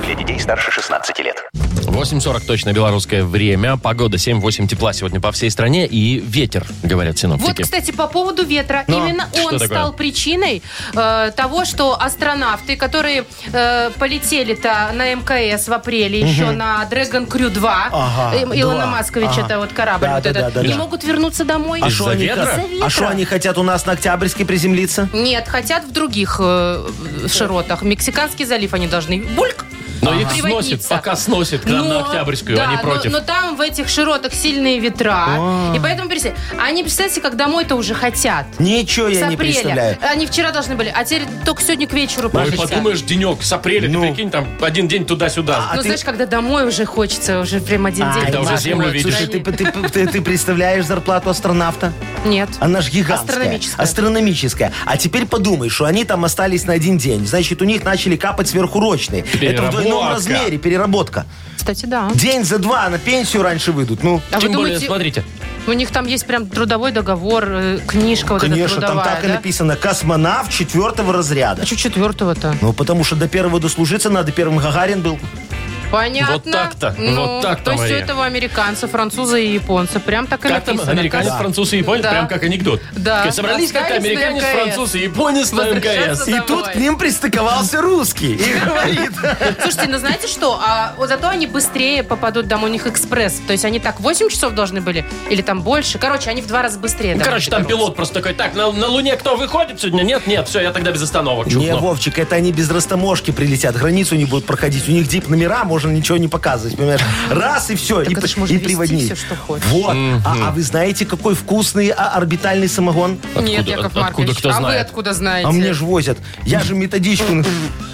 S6: Для детей старше 16 лет.
S1: 8.40 точно белорусское время. Погода 7-8 тепла сегодня по всей стране. И ветер, говорят
S3: Вот,
S1: синоптики.
S3: кстати, по поводу ветра.
S1: Но
S3: Именно
S1: Ну, что
S3: он
S1: такое?
S3: стал причиной э, того, что астронавты, которые э, полетели-то на мкс в апреле еще на Dragon Crew 2,
S2: Ага,
S3: э, Илона
S2: два.
S3: Масковича,
S2: Ага.
S3: это вот корабль
S2: Да,
S3: вот
S2: да,
S3: этот,
S2: да, да,
S3: не
S2: да.
S3: могут вернуться домой.
S2: А
S1: Из-за
S2: что они,
S1: ветра?
S3: Из-за
S2: а шо
S3: ветра.
S2: они хотят у нас на Октябрьске приземлиться?
S3: Нет, хотят в других э, широтах. Мексиканский залив они должны бульк
S1: Но их
S3: приводиться.
S1: сносит, пока сносит к нам
S3: Но-
S1: на Октябрьскую,
S3: Ну, да,
S1: они против. А.
S3: Но, но там в этих широтах сильные ветра. И поэтому, представьте, они, представьте, как домой-то уже хотят.
S2: Ничего
S3: С
S2: я не
S3: апреля.
S2: представляю.
S3: Они вчера должны были, а теперь только сегодня к вечеру
S1: Ой,
S3: просятся.
S1: Ну, подумаешь, денек с апреля,
S2: Ну.
S1: ты прикинь, там один день туда-сюда.
S2: А ты-
S3: ну,
S2: А,
S3: знаешь, когда домой уже хочется, уже прям один день.
S1: когда уже
S3: Ладно,
S1: землю
S3: вот,
S1: видишь.
S3: сюда
S2: Слушай, ты,
S3: не-
S2: ты- ты- ты представляешь зарплату астронавта?
S3: Нет.
S2: Она же гигантская.
S3: Астрономическая.
S2: Астрономическая. А теперь подумай, что они там остались на один день. Значит, у них начали капать сверхурочные. Это в двойном
S1: Переработка.
S2: размере переработка.
S3: Кстати, да.
S2: День за два на пенсию раньше выйдут. Ну,
S3: А
S1: Тем
S3: вы
S1: более,
S3: думаете,
S1: смотрите,
S3: у них там есть прям трудовой договор, э, книжка вот эта
S2: конечно, там
S3: трудовая,
S2: так и
S3: да?
S2: написано. Космонавт четвертого разряда.
S3: А что четвертого-то?
S2: Ну, потому что до первого дослужиться надо. Первым Гагарин был.
S3: Понятно.
S1: Вот так-то,
S3: Ну,
S1: вот так-то,
S3: То есть у
S1: Мария.
S3: этого американца, француза и японца. Прям так и
S1: как там
S3: написано.
S1: американец,
S3: Кос-
S1: француз и японец,
S3: Да.
S1: прям как анекдот.
S3: Да.
S1: Такие Собрались как-то
S3: Возвращались на
S1: американец,
S3: МКС.
S1: француз и японец на МКС.
S3: Возвращаться.
S2: И
S3: Давай.
S2: тут к ним пристыковался русский.
S3: [laughs]
S2: И говорит.
S3: Слушайте, ну знаете что? А вот зато они быстрее попадут домой, у них экспресс. То есть они так 8 часов должны были, или там больше. Короче, они в два раза быстрее.
S1: Ну,
S3: домой
S1: короче, там
S3: доберутся.
S1: пилот просто такой, так, на, на Луне кто выходит сегодня? Нет, нет, все, я тогда без остановок. ну,
S2: Не,
S1: чухну».
S2: Вовчик, это они без растаможки прилетят, границу не будут проходить. У них дип номера, можно ничего не показывать, понимаешь? Раз и все, и,
S3: это
S2: п-
S3: ж можно
S2: и
S3: везти
S2: приводни.
S3: всё, что хочешь.
S2: Вот. А, а вы знаете, какой вкусный а, орбитальный самогон?
S3: Нет,
S1: Откуда-
S3: Яков
S1: откуда
S3: Маркович,
S1: кто
S3: а вы
S1: знает?
S3: откуда знаете?
S2: А мне же возят. Я же методичку на-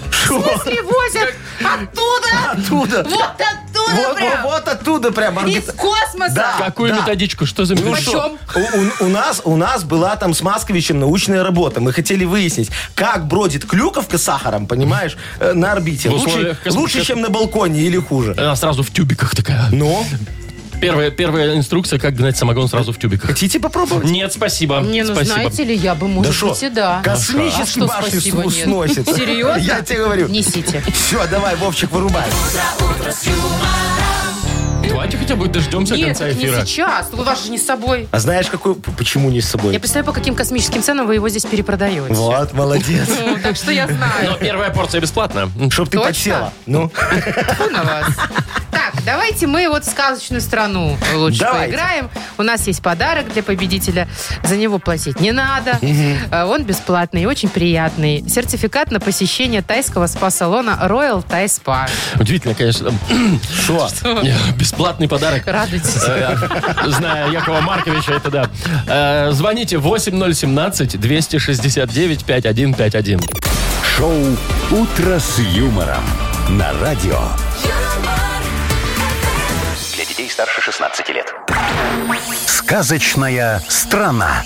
S2: Шо?
S3: Привозят оттуда!
S2: оттуда.
S3: Вот оттуда
S2: Вот,
S3: прям!
S2: вот- вот оттуда прям. орби-
S3: Из космоса!
S2: Да.
S1: Какую методичку? Что за
S2: Ну
S1: методичку?
S2: что, у, у- у нас, у нас была там с Масковичем научная работа. Мы хотели выяснить, как бродит клюковка с сахаром, понимаешь, э, на орбите.
S3: Ну,
S1: В
S2: Лучше,
S1: условиях космо-
S2: лучше, чем на балконе или хуже.
S1: Она сразу в тюбиках такая.
S2: Ну,
S1: Первая, первая инструкция, как гнать самогон сразу в тюбиках.
S2: хотите попробовать?
S1: Нет, спасибо.
S3: Не, ну
S1: спасибо.
S3: знаете ли, я бы, может
S2: шо,
S3: быть, и да. А
S2: Космический
S3: что
S2: башню
S3: спасибо,
S2: сносит.
S3: нет?
S2: [laughs]
S3: Серьезно?
S2: Я тебе говорю.
S3: Несите.
S2: Все, давай, Вовчик, вырубай.
S1: Давайте хотя бы дождемся
S3: Нет,
S1: конца
S3: так не
S1: эфира.
S3: сейчас. Ну, У вас же не с собой.
S2: А знаешь, какой... п- Почему не с
S3: Я
S2: собой?
S3: представляю, по каким космическим ценам вы его здесь перепродаете.
S2: Вот,
S3: [laughs]
S2: молодец.
S3: Ну, так что я знаю.
S1: Но первая порция бесплатна.
S2: Чтоб ты
S3: Точно?
S2: подсела. Ну,
S3: Тьфу на вас. Так, давайте мы вот в сказочную страну лучше
S2: Давайте.
S3: поиграем. У нас есть подарок для победителя. За него платить не надо. Э, Он бесплатный и очень приятный. Сертификат на посещение тайского спа-салона Royal Thai Spa.
S1: Удивительно, конечно. Э,
S2: что?
S1: Бесплатный подарок.
S3: Радуйтесь.
S1: Э, Зная Якова Марковича, это да. Э, Звоните 8017-269-5151.
S4: шоу «Утро с юмором». На радио
S6: Для детей старше 16 лет.
S4: «Сказочная страна».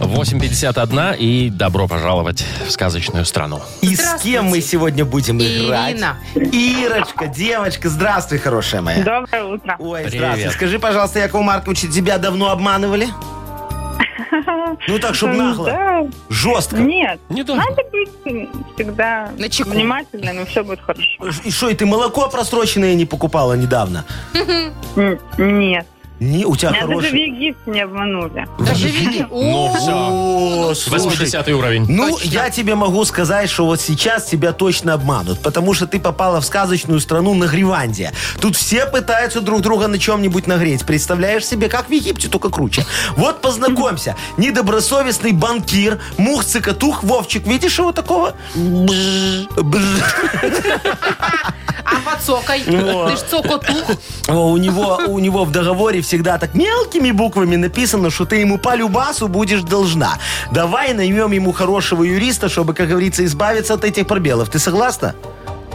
S1: 8.51 и добро пожаловать в сказочную страну.
S2: И с кем мы сегодня будем играть?
S3: Ирина.
S2: Ирочка, девочка, здравствуй, хорошая моя.
S5: Доброе утро.
S2: Ой,
S1: Привет.
S2: здравствуй. Скажи, пожалуйста, Яков Маркович, тебя давно
S5: [laughs]
S2: обманывали? Ну так, чтобы нагло.
S5: Да,
S2: Жестко.
S5: нет.
S1: Не должно.
S5: Надо быть м, всегда
S3: На чеку.
S5: внимательным, и все будет хорошо.
S2: И что, и ты молоко просроченное не покупала недавно?
S5: М, Нет.
S2: Не, у тебя
S5: Меня даже в
S2: хорошее.
S5: Египте не обманули.
S3: Даже Вики.
S1: Ну все.
S2: О, слушай.
S1: 80 уровень.
S2: Ну, я тебе могу сказать, что вот сейчас тебя точно обманут, потому что ты попала в сказочную страну Нагревандия. Тут все пытаются друг друга на чем-нибудь нагреть. Представляешь себе, как в Египте, только круче. Вот познакомься. Недобросовестный банкир, мух цикатух, Вовчик. Видишь его такого? Бжж, бжж.
S3: А поцокай.
S2: Вот.
S3: Ты ж цокотух.
S2: О, У него, у него в договоре всегда так мелкими буквами написано, что ты ему по любасу будешь должна. Давай наймем ему хорошего юриста, чтобы, как говорится, избавиться от этих пробелов. Ты согласна?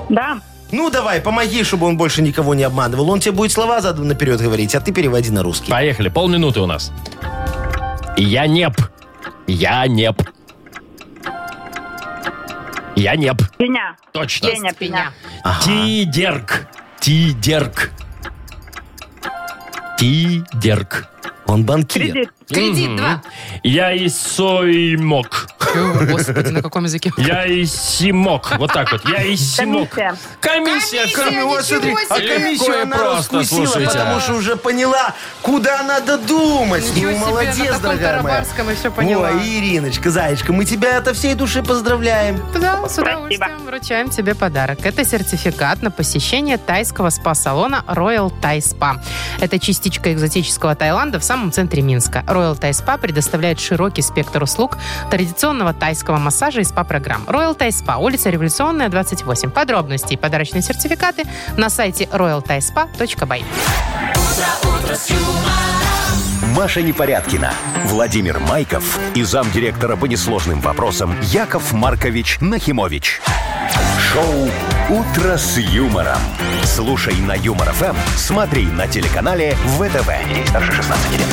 S5: Да.
S2: Ну давай, помоги, чтобы он больше никого не обманывал. Он тебе будет слова задом наперед говорить, а ты переводи на русский.
S1: Поехали, полминуты у нас. Я неп. Я неп. Я неп.
S5: Пеня.
S1: Точно.
S5: Пеня, пеня.
S1: Тидерк. Тидерк. Тидерк.
S2: Он банкир.
S5: Кредит.
S3: Кредит два.
S1: Я и соймок.
S3: О, Господи, на каком языке?
S1: Я и симок. Вот так вот. Я и симок.
S5: Комиссия.
S1: Комиссия.
S3: Комиссия.
S2: Вот смотри,
S3: Ничего
S1: Легко
S2: а
S3: себе.
S1: и
S2: комиссию она
S1: просто,
S2: раскусила,
S1: слушайте, а.
S2: потому что уже поняла, куда надо думать.
S3: Ничего
S2: ну,
S3: себе,
S2: молодец,
S3: на таком
S2: дорогая моя.
S3: тарабарском и всё поняла.
S2: Ой, Ириночка, зайчка, мы тебя от всей души поздравляем.
S3: Да, с удовольствием вручаем тебе подарок. Это сертификат на посещение тайского спа-салона Royal Thai Spa. Это частичка экзотического Таиланда в самом центре Минска. Royal Thai Spa предоставляет широкий спектр услуг традиционного тайского массажа и спа-программ. Royal Thai Spa, улица Революционная, 28. Подробности и подарочные сертификаты на сайте royalthaispa.by.
S4: Маша Непорядкина, Владимир Майков и замдиректора по несложным вопросам Яков Маркович Нахимович. Шоу «Утро с юмором». Слушай на Юмор ФМ, смотри на телеканале ВТВ. Ей старше 16 лет.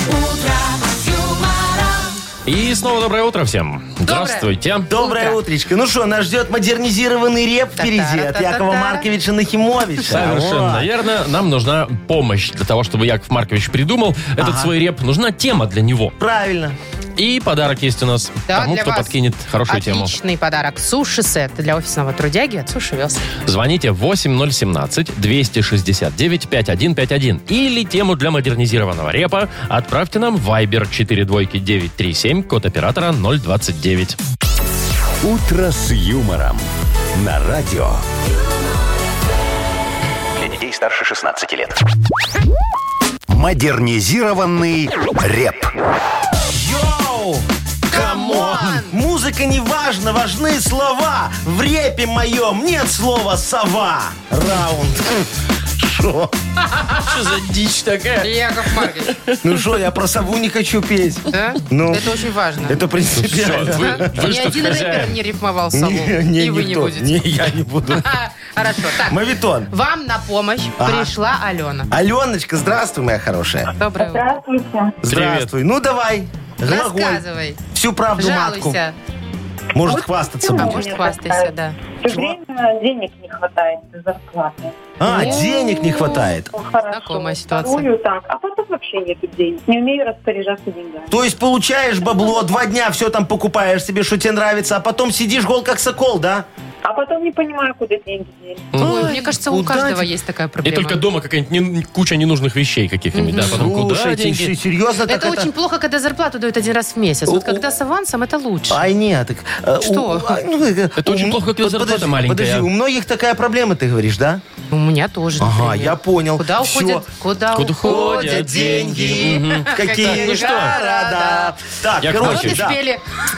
S1: И снова доброе утро всем. Здравствуйте.
S2: Доброе
S3: Утро.
S2: утречко. Ну что, нас ждет модернизированный реп впереди от
S3: Та-та-ра-та-та-та.
S2: Якова Марковича Нахимовича.
S1: Совершенно верно. Нам нужна помощь для того, чтобы Яков Маркович придумал этот свой реп. Нужна тема для него.
S2: Вот. Правильно.
S1: И подарок есть у нас
S3: Да,
S1: тому,
S3: для
S1: кто
S3: вас
S1: подкинет хорошую тему.
S3: Отличный подарок. Суши-сет для офисного трудяги от Суши Весла.
S1: Звоните 8017-269-5151. Или тему для модернизированного репа отправьте нам в Viber 42937, код оператора 029.
S4: «Утро с юмором» на радио.
S6: Для детей старше 16 лет.
S4: Модернизированный реп.
S2: Йоу! Камон! Музыка не важна, важны слова. В репе моем нет слова «сова». Раунд. Шо?
S1: Что за дичь такая?
S3: Яков Маркович,
S2: Ну что, я про сову не хочу петь.
S3: да?
S2: Ну.
S3: Это очень важно.
S2: Это принципиально.
S1: Вы, вы
S3: Ни
S1: что,
S3: один рэпер
S1: хозяин?
S3: не рифмовал а сову.
S2: Не, не,
S3: и вы не
S2: никто.
S3: будете.
S2: Не, я не буду.
S3: А, Хорошо, так.
S2: Мавитон.
S3: Вам на помощь
S2: Ага.
S3: пришла Алена.
S2: Аленочка, здравствуй, моя хорошая.
S3: Доброе утро.
S5: Здравствуйте.
S2: Здравствуй. Ну давай. Глаголь.
S3: Рассказывай.
S2: Всю правду матку.
S3: Жалуйся.
S2: Может, хвастаться
S3: А
S5: Нет,
S2: будет.
S3: может, хвастайся, да.
S5: Все время денег не хватает из зарплаты.
S2: А,
S3: Ну,
S2: денег не хватает.
S5: Ну, хорошо.
S3: Знакомая ситуация.
S5: Вторую так, а потом вообще нету денег. Не умею распоряжаться деньгами.
S2: То есть получаешь бабло, два дня все там покупаешь себе, что тебе нравится, а потом сидишь гол как сокол, да?
S5: А потом не понимаю, куда деньги делись.
S3: Ой,
S2: Ой,
S3: мне кажется, у
S2: куда
S3: каждого
S2: ты-
S3: есть такая
S1: И
S3: проблема.
S1: только дома какая-нибудь не- куча ненужных вещей каких-нибудь. Да, потом куда
S2: Слушайте,
S1: деньги?
S2: се- серьезно, так
S3: Это
S2: это...
S3: очень плохо, когда зарплату дают один раз в месяц. Вот
S2: У- А?
S3: когда с авансом, это лучше.
S2: Ай, нет. так, э,
S3: Что?
S2: а, ну, э,
S1: Это
S2: у
S1: очень
S2: мн-
S1: плохо, когда
S2: под-
S1: зарплата
S2: подожди,
S1: маленькая.
S2: Подожди, у многих такая проблема, ты говоришь, да?
S3: У меня тоже,
S2: Ага,
S3: например.
S2: я понял.
S3: Куда
S2: Всё.
S3: уходят? Куда,
S1: Куда уходят
S3: уходят деньги?
S1: деньги? Мгм.
S2: Какие
S1: Ну что?
S2: города. Так,
S1: Яков
S3: Вот и
S2: короче,
S1: Маркович.
S2: да.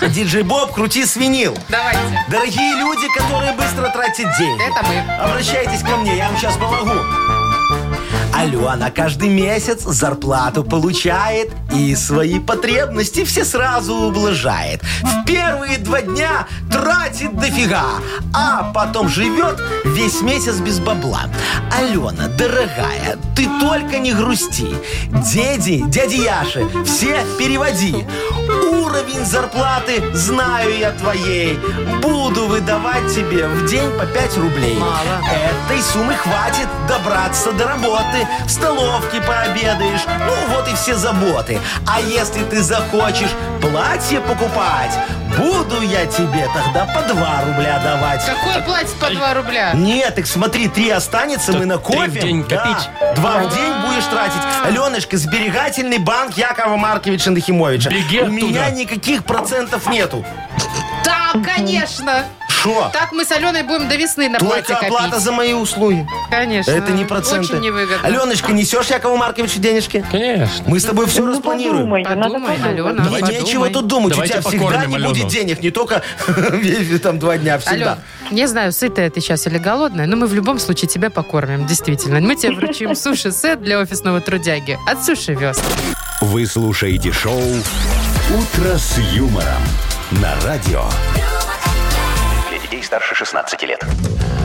S3: спели.
S2: Диджей Боб, крути свинил.
S3: Давайте.
S2: Дорогие люди, которые быстро тратят деньги.
S3: Это мы.
S2: Обращайтесь ко мне, я вам сейчас помогу. Алена каждый месяц зарплату получает и свои потребности все сразу ублажает. В первые два дня тратит дофига, а потом живет весь месяц без бабла. Алена, дорогая, ты только не грусти. Деди, дяди Яши, все переводи. Уровень зарплаты знаю я твоей. Буду выдавать тебе в день по 5 рублей.
S3: Мало.
S2: Этой суммы хватит добраться до работы. В столовке пообедаешь. Ну, вот и все заботы. А если ты захочешь платье покупать, буду я тебе тогда по 2 рубля давать.
S3: Какое платье по 2 рубля?
S2: Нет, так смотри, три останется,
S1: Так
S2: мы накопим.
S1: три в день
S2: Да,
S1: копить. А.
S2: два в день будешь тратить. Аленочка, сберегательный банк Якова Марковича Нахимовича.
S1: Беги
S2: У
S1: оттуда.
S2: меня никаких процентов нету.
S3: Да, конечно.
S2: Шо?
S3: Так мы с Аленой будем до весны на платье
S2: Только
S3: копить.
S2: оплата за мои услуги.
S3: Конечно.
S2: Это не проценты.
S3: Очень невыгодно.
S2: Аленочка, несешь Якову Марковичу денежки?
S1: Конечно.
S2: Мы с тобой все
S5: Ну,
S2: распланируем.
S5: подумай, надо
S3: Подумай,
S5: подумать.
S3: Алена.
S2: Да
S1: Подумай.
S2: Ну, нечего тут думать.
S1: Давайте
S2: У тебя всегда
S1: покормим
S2: не
S1: Алену.
S2: будет денег, не только [laughs] там два дня, всегда.
S3: Ален, не знаю, сытая ты сейчас или голодная, но мы в любом случае тебя покормим, действительно. Мы тебе вручим суши-сет для офисного трудяги от Суши Вест.
S4: Вы слушаете шоу «Утро с юмором» на радио.
S6: Для детей старше 16 лет.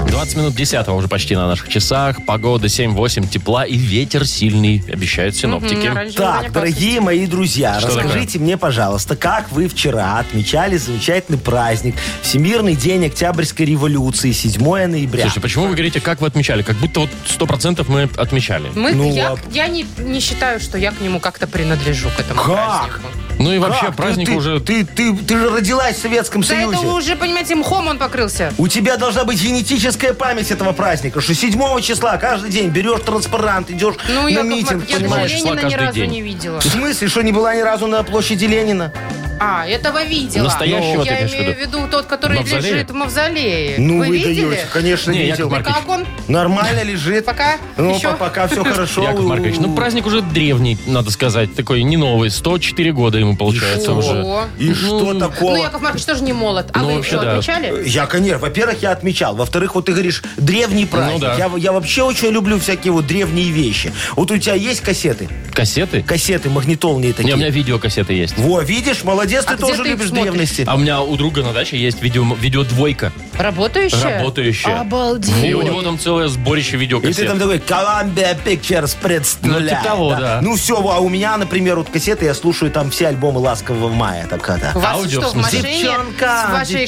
S1: 20 минут 10 уже почти на наших часах. Погода 7-8 тепла и ветер сильный, обещают синоптики.
S2: Так, дорогие мои друзья,
S1: Что
S2: расскажите мне, пожалуйста, как вы вчера отмечали замечательный праздник Всемирный день Октябрьской революции, 7 ноября.
S1: Слушайте, почему вы говорите, как вы отмечали? Как будто вот 100% мы отмечали.
S3: Мы,
S2: Ну,
S3: я
S2: а-
S3: я не, не считаю, что я к нему как-то принадлежу, к этому
S2: Как?
S3: празднику.
S1: Ну и вообще
S2: Как?
S1: праздник
S2: ты,
S1: уже...
S2: Ты, ты, ты же родилась в Советском
S3: Да
S2: Союзе.
S3: это уже, понимаете, мхом он покрылся.
S2: У тебя должна быть генетическая память этого праздника, что 7 числа каждый день берешь транспарант, идешь
S3: Ну,
S2: на
S3: Яков
S2: митинг,
S3: Маркович, я даже
S2: понимаешь?
S1: числа
S3: Ленина ни
S1: каждый
S3: разу
S1: день.
S3: не видела.
S2: В смысле, что не была ни разу на площади Ленина?
S3: А, этого видела.
S1: Настоящего ты
S3: я
S1: имеешь в
S3: имею в виду тот, который
S1: Мавзолея?
S3: лежит в мавзолее. вы, видели?
S2: даете, Ну, конечно,
S1: Не, Яков
S2: видел.
S1: Маркович.
S3: Как он?
S2: Нормально лежит.
S3: Пока?
S2: Ну,
S3: Еще?
S2: по-
S1: [laughs]
S2: пока все хорошо.
S1: Яков Маркович, ну праздник уже древний, надо сказать, такой не новый, 104 года ему получается
S2: что?
S1: уже.
S3: О.
S2: И что
S3: Ну,
S2: такого?
S3: Яков Маркович тоже не молод. А
S1: Ну,
S3: вы
S1: вообще,
S3: что,
S1: да.
S3: отмечали?
S2: Я, конечно, во-первых, я отмечал. Во-вторых, вот ты говоришь,
S3: Ну
S2: древний праздник.
S1: да.
S2: я, я вообще очень люблю всякие вот древние вещи. Вот у тебя есть кассеты?
S1: Кассеты?
S2: Кассеты магнитолные такие.
S1: Не, у меня видеокассеты есть.
S2: Во, видишь, молодец,
S3: А
S2: ты
S3: где
S2: тоже
S3: ты их
S2: любишь
S3: смотришь?
S2: древности.
S1: А у меня у друга на даче есть видео, видеодвойка,
S3: Работающая?
S1: работающая. Ну,
S3: Обалдеть.
S1: И у него там целое сборище
S2: И ты
S1: видеокассет.
S2: там такой, Columbia Pictures
S1: Ну,
S2: представляет.
S1: типа того, да.
S2: Ну все, а у меня, например, вот кассеты, я слушаю там все альбомы «Ласкового мая». Так, когда.
S3: У вас
S1: Аудио, в
S3: что, в
S1: смысле?
S3: машине
S2: Девчонка,
S3: с вашей крутой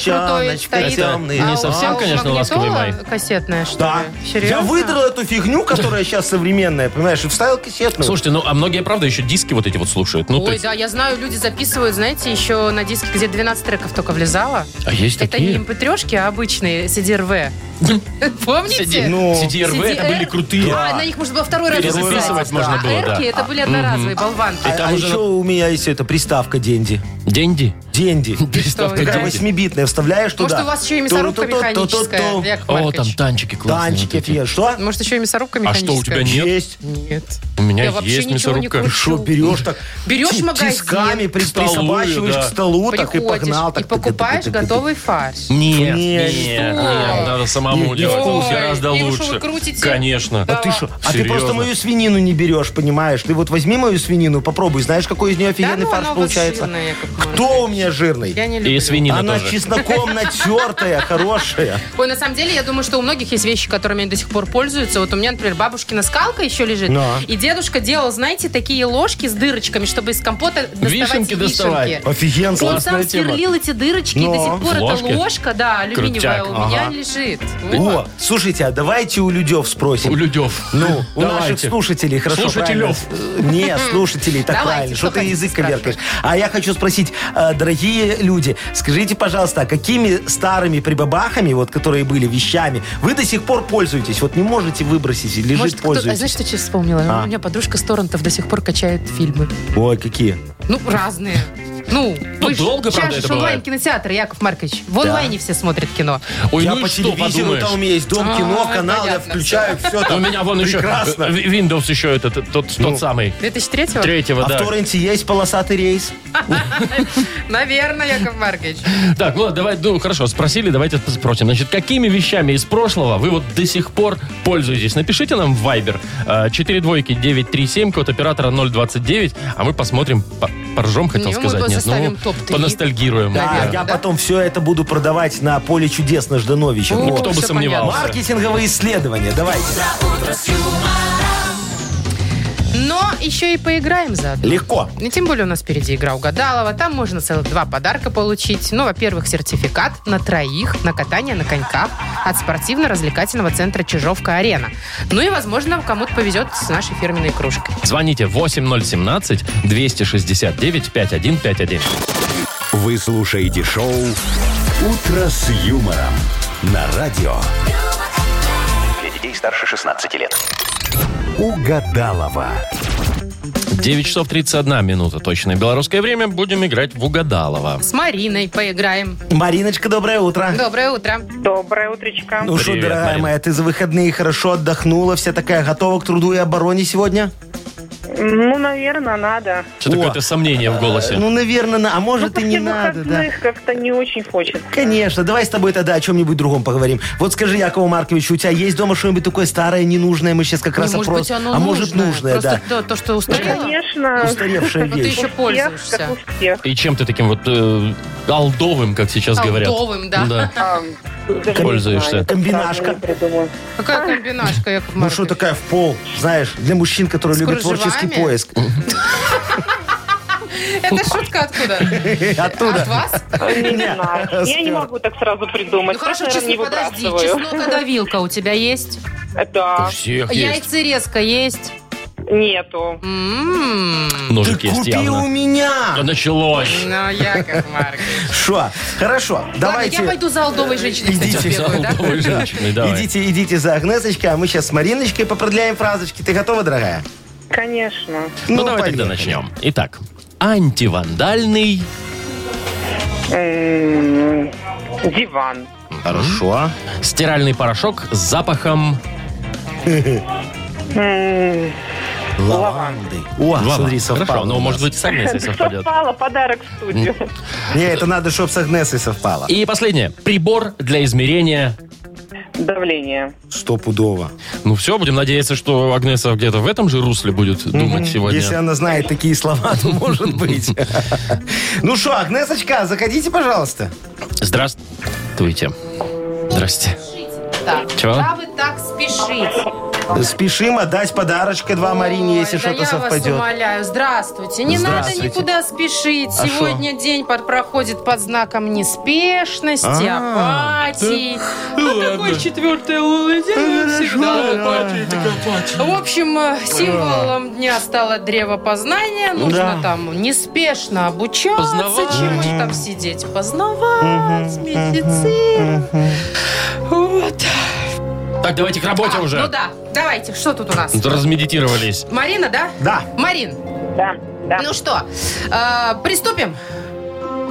S2: девчоночка,
S3: стоит?
S2: темный
S3: а
S1: Не
S3: у-
S1: совсем,
S3: а у
S1: конечно,
S3: магнитола
S1: ласковый май.
S3: кассетная, что
S2: Да.
S3: ли?
S2: Я
S3: Серьезно?
S2: выдрал эту фигню, которая сейчас современная, понимаешь, и вставил кассетную.
S1: Слушайте, ну а многие, правда, еще диски вот эти вот слушают. Ну, то
S3: Ой,
S1: есть-
S3: да, я знаю, люди записывают, знаете, еще на диске, где 12 треков только влезало.
S1: А есть
S3: Это
S1: такие?
S3: не mp а
S1: [laughs]
S3: обычные CD-RV. Помните?
S2: Ну.
S1: CDRV это
S3: CDR?
S1: были крутые.
S3: А, на них можно было второй раз
S1: Перезаписывать
S3: записать.
S1: можно
S3: а
S1: было, да.
S3: R-ки это были одноразовые болванки.
S2: а,
S1: там
S2: а
S1: уже-
S2: еще у меня есть эта приставка «Денди».
S1: Деньги.
S2: «Денди».
S1: Приставка
S3: вы,
S2: Такая
S1: деньги.
S2: восьмибитная, вставляешь
S3: Может,
S2: туда.
S3: у вас еще и мясорубка
S2: Ту-ту-ту-ту-ту-ту.
S1: А
S3: механическая, Яков
S1: О, там
S3: Маркович?
S1: танчики классные.
S2: Танчики,
S1: вот эти.
S2: фе- что?
S3: Может, еще и мясорубка
S1: А что,
S3: механическая?
S1: у тебя нет?
S2: Есть.
S3: Нет.
S1: У меня
S3: Я вообще
S1: есть
S3: ничего не
S1: мясорубка.
S3: кручу.
S2: Что, берешь так?
S3: Берешь
S2: ти-
S3: магазин,
S2: Тисками при-
S1: к столу,
S2: присобачиваешь
S1: да.
S2: к столу, так и
S3: Приходишь
S2: погнал.
S3: и
S2: так-
S3: покупаешь готовый фарш.
S1: Нет, нет,
S2: Нет, что?
S1: нет, надо самому
S2: Нет,
S1: делать.
S3: ой,
S1: Гораздо
S3: и вы
S1: лучше.
S3: что, вы крутите?
S1: Конечно.
S3: Да.
S2: А ты что? А ты
S1: Серьезно?
S2: просто мою свинину не берешь, понимаешь? Ты вот возьми мою свинину, попробуй. Знаешь, какой из нее офигенный
S3: ну,
S2: фарш
S3: она у вас
S2: получается?
S3: жирная, Яков
S2: Кто у
S3: Маркович.
S2: меня жирный?
S3: Я не люблю.
S1: И свинина
S2: Она
S1: тоже.
S2: чесноком натертая, хорошая.
S3: Ой, на самом деле, я думаю, что у многих есть вещи, которыми они до сих пор пользуются. Вот у меня, например, бабушкина скалка еще лежит.
S2: Да.
S3: И дедушка делал, знаете, такие ложки с дырочками, чтобы из компота доставать
S1: Вишенки доставать.
S3: вишенки.
S2: Офигенно.
S3: Он сам сверлил эти дырочки, и до
S2: Но.
S3: сих пор
S1: Ложки?
S3: эта ложка, да, алюминиевая,
S1: Крутяк.
S3: у меня
S2: Ага.
S3: лежит. Вот.
S2: О, слушайте, а давайте у людев спросим.
S1: У Людев.
S2: Ну, у наших
S1: Давайте.
S2: слушателей, хорошо,
S1: Слушателев.
S2: правильно? Не, слушателей, так
S3: Хм. Давайте,
S2: правильно. Что
S3: кто
S2: ты
S3: хотите,
S2: язык
S3: спрашивайте.
S2: коверкаешь? А я хочу спросить, э, дорогие люди, скажите, пожалуйста, а какими старыми прибабахами, вот, которые были вещами, вы до сих пор пользуетесь? Вот не можете выбросить, и лежит,
S3: Может, кто... А
S2: пользуетесь?
S3: знаешь, что я сейчас вспомнила?
S2: А.
S3: У меня подружка с торрентов до сих пор качает фильмы.
S2: Ой, какие?
S3: Ну, разные. Ну,
S1: Ну,
S3: вы ж-
S1: долго,
S3: сейчас
S1: правда,
S3: же
S1: это
S3: ж онлайн
S1: бывает.
S3: кинотеатр, Яков Маркович. В онлайне все смотрят кино.
S1: Ой,
S2: я
S1: ну и
S2: по
S1: что,
S2: телевизору,
S1: подумаешь?
S2: там у меня есть дом,
S3: А,
S2: кино, канал, я
S3: понятно.
S2: включаю все
S1: У
S2: там.
S1: меня вон еще
S2: Прекрасно. Ну.
S1: э, Windows еще этот, тот, тот самый.
S3: 2003-го?
S1: Третьего,
S2: А в
S1: да.
S2: торренте есть полосатый рейс?
S3: Наверное, Яков Маркович.
S1: Так, ну ладно, давай, ну хорошо, спросили, давайте спросим. Значит, какими вещами из прошлого вы вот до сих пор пользуетесь? Напишите нам в Viber э, 4 двойки 937, код оператора 029, а мы посмотрим, по- поржем, хотел
S3: Ну, мы
S1: сказать,
S3: вот
S1: нет,
S3: составим
S1: ну,
S3: топ-три.
S1: поностальгируем.
S2: Да,
S3: Наверное,
S2: А, я
S3: да?
S2: потом все это буду продавать на поле чудес на Ждановича.
S3: О,
S2: Вот.
S1: Кто бы
S3: всё
S1: сомневался.
S2: Маркетинговые исследования, давайте.
S3: Но еще и поиграем заодно.
S2: Легко.
S3: И тем более у нас впереди игра угадалова. Там можно целых два подарка получить. Ну, во-первых, сертификат на троих на катание на коньках от спортивно-развлекательного центра Чижовка-Арена. Ну и, возможно, кому-то повезет с нашей фирменной кружкой.
S1: Звоните 8017-269-5151.
S4: Вы слушаете шоу «Утро с юмором» на радио.
S6: Для детей старше 16 лет.
S4: Угадалова.
S1: 9 часов 31 минута точное белорусское время. Будем играть в угадалово.
S3: С Мариной поиграем.
S2: Мариночка, доброе утро.
S3: Доброе утро.
S5: Доброе утречко.
S2: Ну что,
S1: Привет,
S2: дорогая
S1: Марин.
S2: моя, ты за выходные хорошо отдохнула, вся такая готова к труду и обороне сегодня?
S5: Ну, наверное, надо.
S1: Что
S2: О.
S1: какое-то сомнение в голосе.
S2: Ну, наверное, на- а
S5: Ну,
S2: может и не
S5: после
S2: надо, да.
S5: выходных как-то не очень хочется.
S2: Конечно, давай с тобой тогда о чем-нибудь другом поговорим. Вот скажи, Якову Марковичу, у тебя есть дома что-нибудь такое старое, ненужное? Мы сейчас как раз
S3: Не, может
S2: опрос...
S3: быть, оно
S2: а
S3: нужное.
S2: может, нужное,
S3: Просто то, то, что устарело,
S5: Конечно.
S2: [laughs] Устаревшая
S3: но ты
S2: вещь.
S3: еще
S5: Успех,
S3: пользуешься.
S5: как успех.
S1: И чем ты таким вот э, алдовым, как сейчас говорят?
S3: Алдовым, да.
S5: А, даже не
S1: Пользуешься.
S5: знаю,
S2: Комбинашка.
S5: сразу не
S2: [laughs]
S5: придумаю.
S3: Какая комбинашка, Яков
S2: Ну что
S3: Маркович?
S2: такая в пол, знаешь, для мужчин, которые
S3: С
S2: любят творческий
S3: кружевами?
S1: [laughs]
S2: поиск.
S3: Это шутка откуда? От
S2: Оттуда.
S3: вас?
S2: [laughs]
S5: Не знаю. Я не
S2: Спер.
S5: могу так сразу придумать.
S3: Ну хорошо,
S5: Так, наверное,
S3: чеснок,
S5: не
S3: подожди.
S5: выбрасываю.
S3: Чеснокодавилка у тебя есть?
S1: У
S5: Да,
S1: всех есть.
S3: Яйцерезка есть?
S5: нету.
S3: М.
S2: Ты
S1: Ножик есть
S2: купи у
S1: явно.
S2: меня!
S1: Да началось.
S3: Ну, Яков Маркович.
S2: Шо? Хорошо,
S3: Ладно, я
S2: давайте.
S3: пойду за алдовой женщиной, кстати,
S2: Идите.
S3: бегаю, да?
S1: Алдовой женщиной, давай.
S2: Идите, идите за Агнесочкой, а мы сейчас с Мариночкой попродляем фразочки. Ты готова, дорогая?
S5: Конечно.
S1: Ну, давай
S2: поехали.
S1: тогда начнем. Итак, антивандальный...
S5: М, Диван.
S2: Хорошо.
S1: Стиральный порошок с запахом...
S5: М,
S2: Лаванды. О,
S1: лаванды.
S2: А, смотри,
S1: Хорошо,
S2: совпало.
S1: ну,
S2: у
S1: может
S2: нас.
S1: быть, сами, если совпадет.
S5: Совпало, подарок в студию.
S2: Не, это надо, чтобы с Агнесой совпало.
S1: И последнее. Прибор для измерения...
S5: Давление.
S2: Стопудово.
S1: Ну все, будем надеяться, что Агнеса где-то в этом же русле будет думать сегодня.
S2: Если она знает такие слова, то может
S1: [laughs]
S2: быть. Ну что, Агнесочка, заходите, пожалуйста.
S1: Здравствуйте. Здрасте.
S3: Так,
S1: Чего?
S3: куда вы так спешите?
S2: Спешим отдать подарочка два Марине, если
S3: Ой, да
S2: что-то
S3: я вас
S2: совпадет.
S3: умоляю. Здравствуйте. Не
S2: Здравствуйте.
S3: надо никуда спешить.
S2: А
S3: Сегодня день под- проходит под знаком неспешности,
S2: А,
S3: апатии. Ну, такой с четвертой луны день всегда апатия. В общем, э, символом дня стало древо познания. Нужно
S2: Да.
S3: там неспешно обучаться,
S1: Познавать.
S3: чему же там сидеть, познавать медицину. Вот.
S1: Так, давайте к работе
S3: А,
S1: уже.
S3: Ну да, давайте, что тут у нас?
S1: Размедитировались.
S3: Марина, да?
S2: Да.
S3: Марин,
S5: Да, да.
S3: ну что, э, приступим?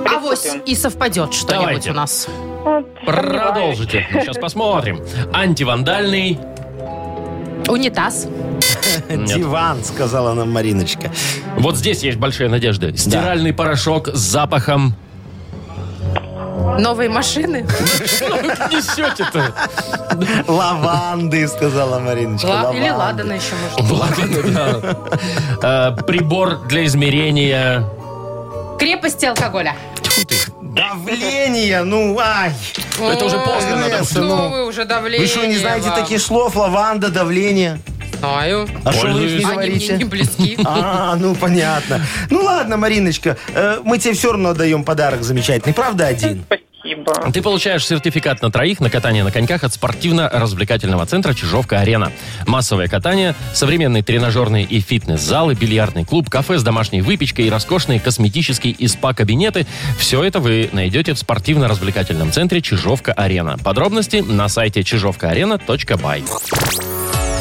S3: Авось
S5: Приступим.
S3: и совпадет что-нибудь
S1: Давайте.
S3: у нас.
S5: Вот,
S1: Продолжите. Сейчас посмотрим. Антивандальный.
S3: Унитаз.
S2: Диван, сказала нам Мариночка.
S1: Вот здесь есть большие надежды. Стиральный порошок с запахом.
S2: [laughs]
S3: Новые машины.
S1: Что вы несете-то?
S2: Лаванды, сказала Мариночка.
S3: Ла- Или
S2: лаванды.
S3: ладана еще может.
S1: Ладно, да. Э, Прибор для измерения.
S3: Крепости алкоголя.
S2: Давление, ну ай.
S1: Это уже поздно, надо
S3: Ой,
S2: уж.
S3: Что
S2: Ну,
S3: вы уже давление
S2: Вы что, не знаете
S3: вам?
S2: таких слов? Лаванда, давление.
S3: Знаю.
S2: А что вы их не
S1: Пользуюсь.
S3: Они мне не
S2: говорите? [laughs]
S3: близки.
S2: А, ну понятно. Ну ладно, Мариночка, э, мы тебе все равно даем подарок замечательный, правда, один?
S5: Спасибо.
S1: Ты получаешь сертификат на троих на катание на коньках от спортивно-развлекательного центра «Чижовка-арена». Массовое катание, современные тренажерные и фитнес-залы, бильярдный клуб, кафе с домашней выпечкой и роскошные косметические и спа-кабинеты – все это вы найдете в спортивно-развлекательном центре «Чижовка-арена». Подробности на сайте чижовкаарена.бай.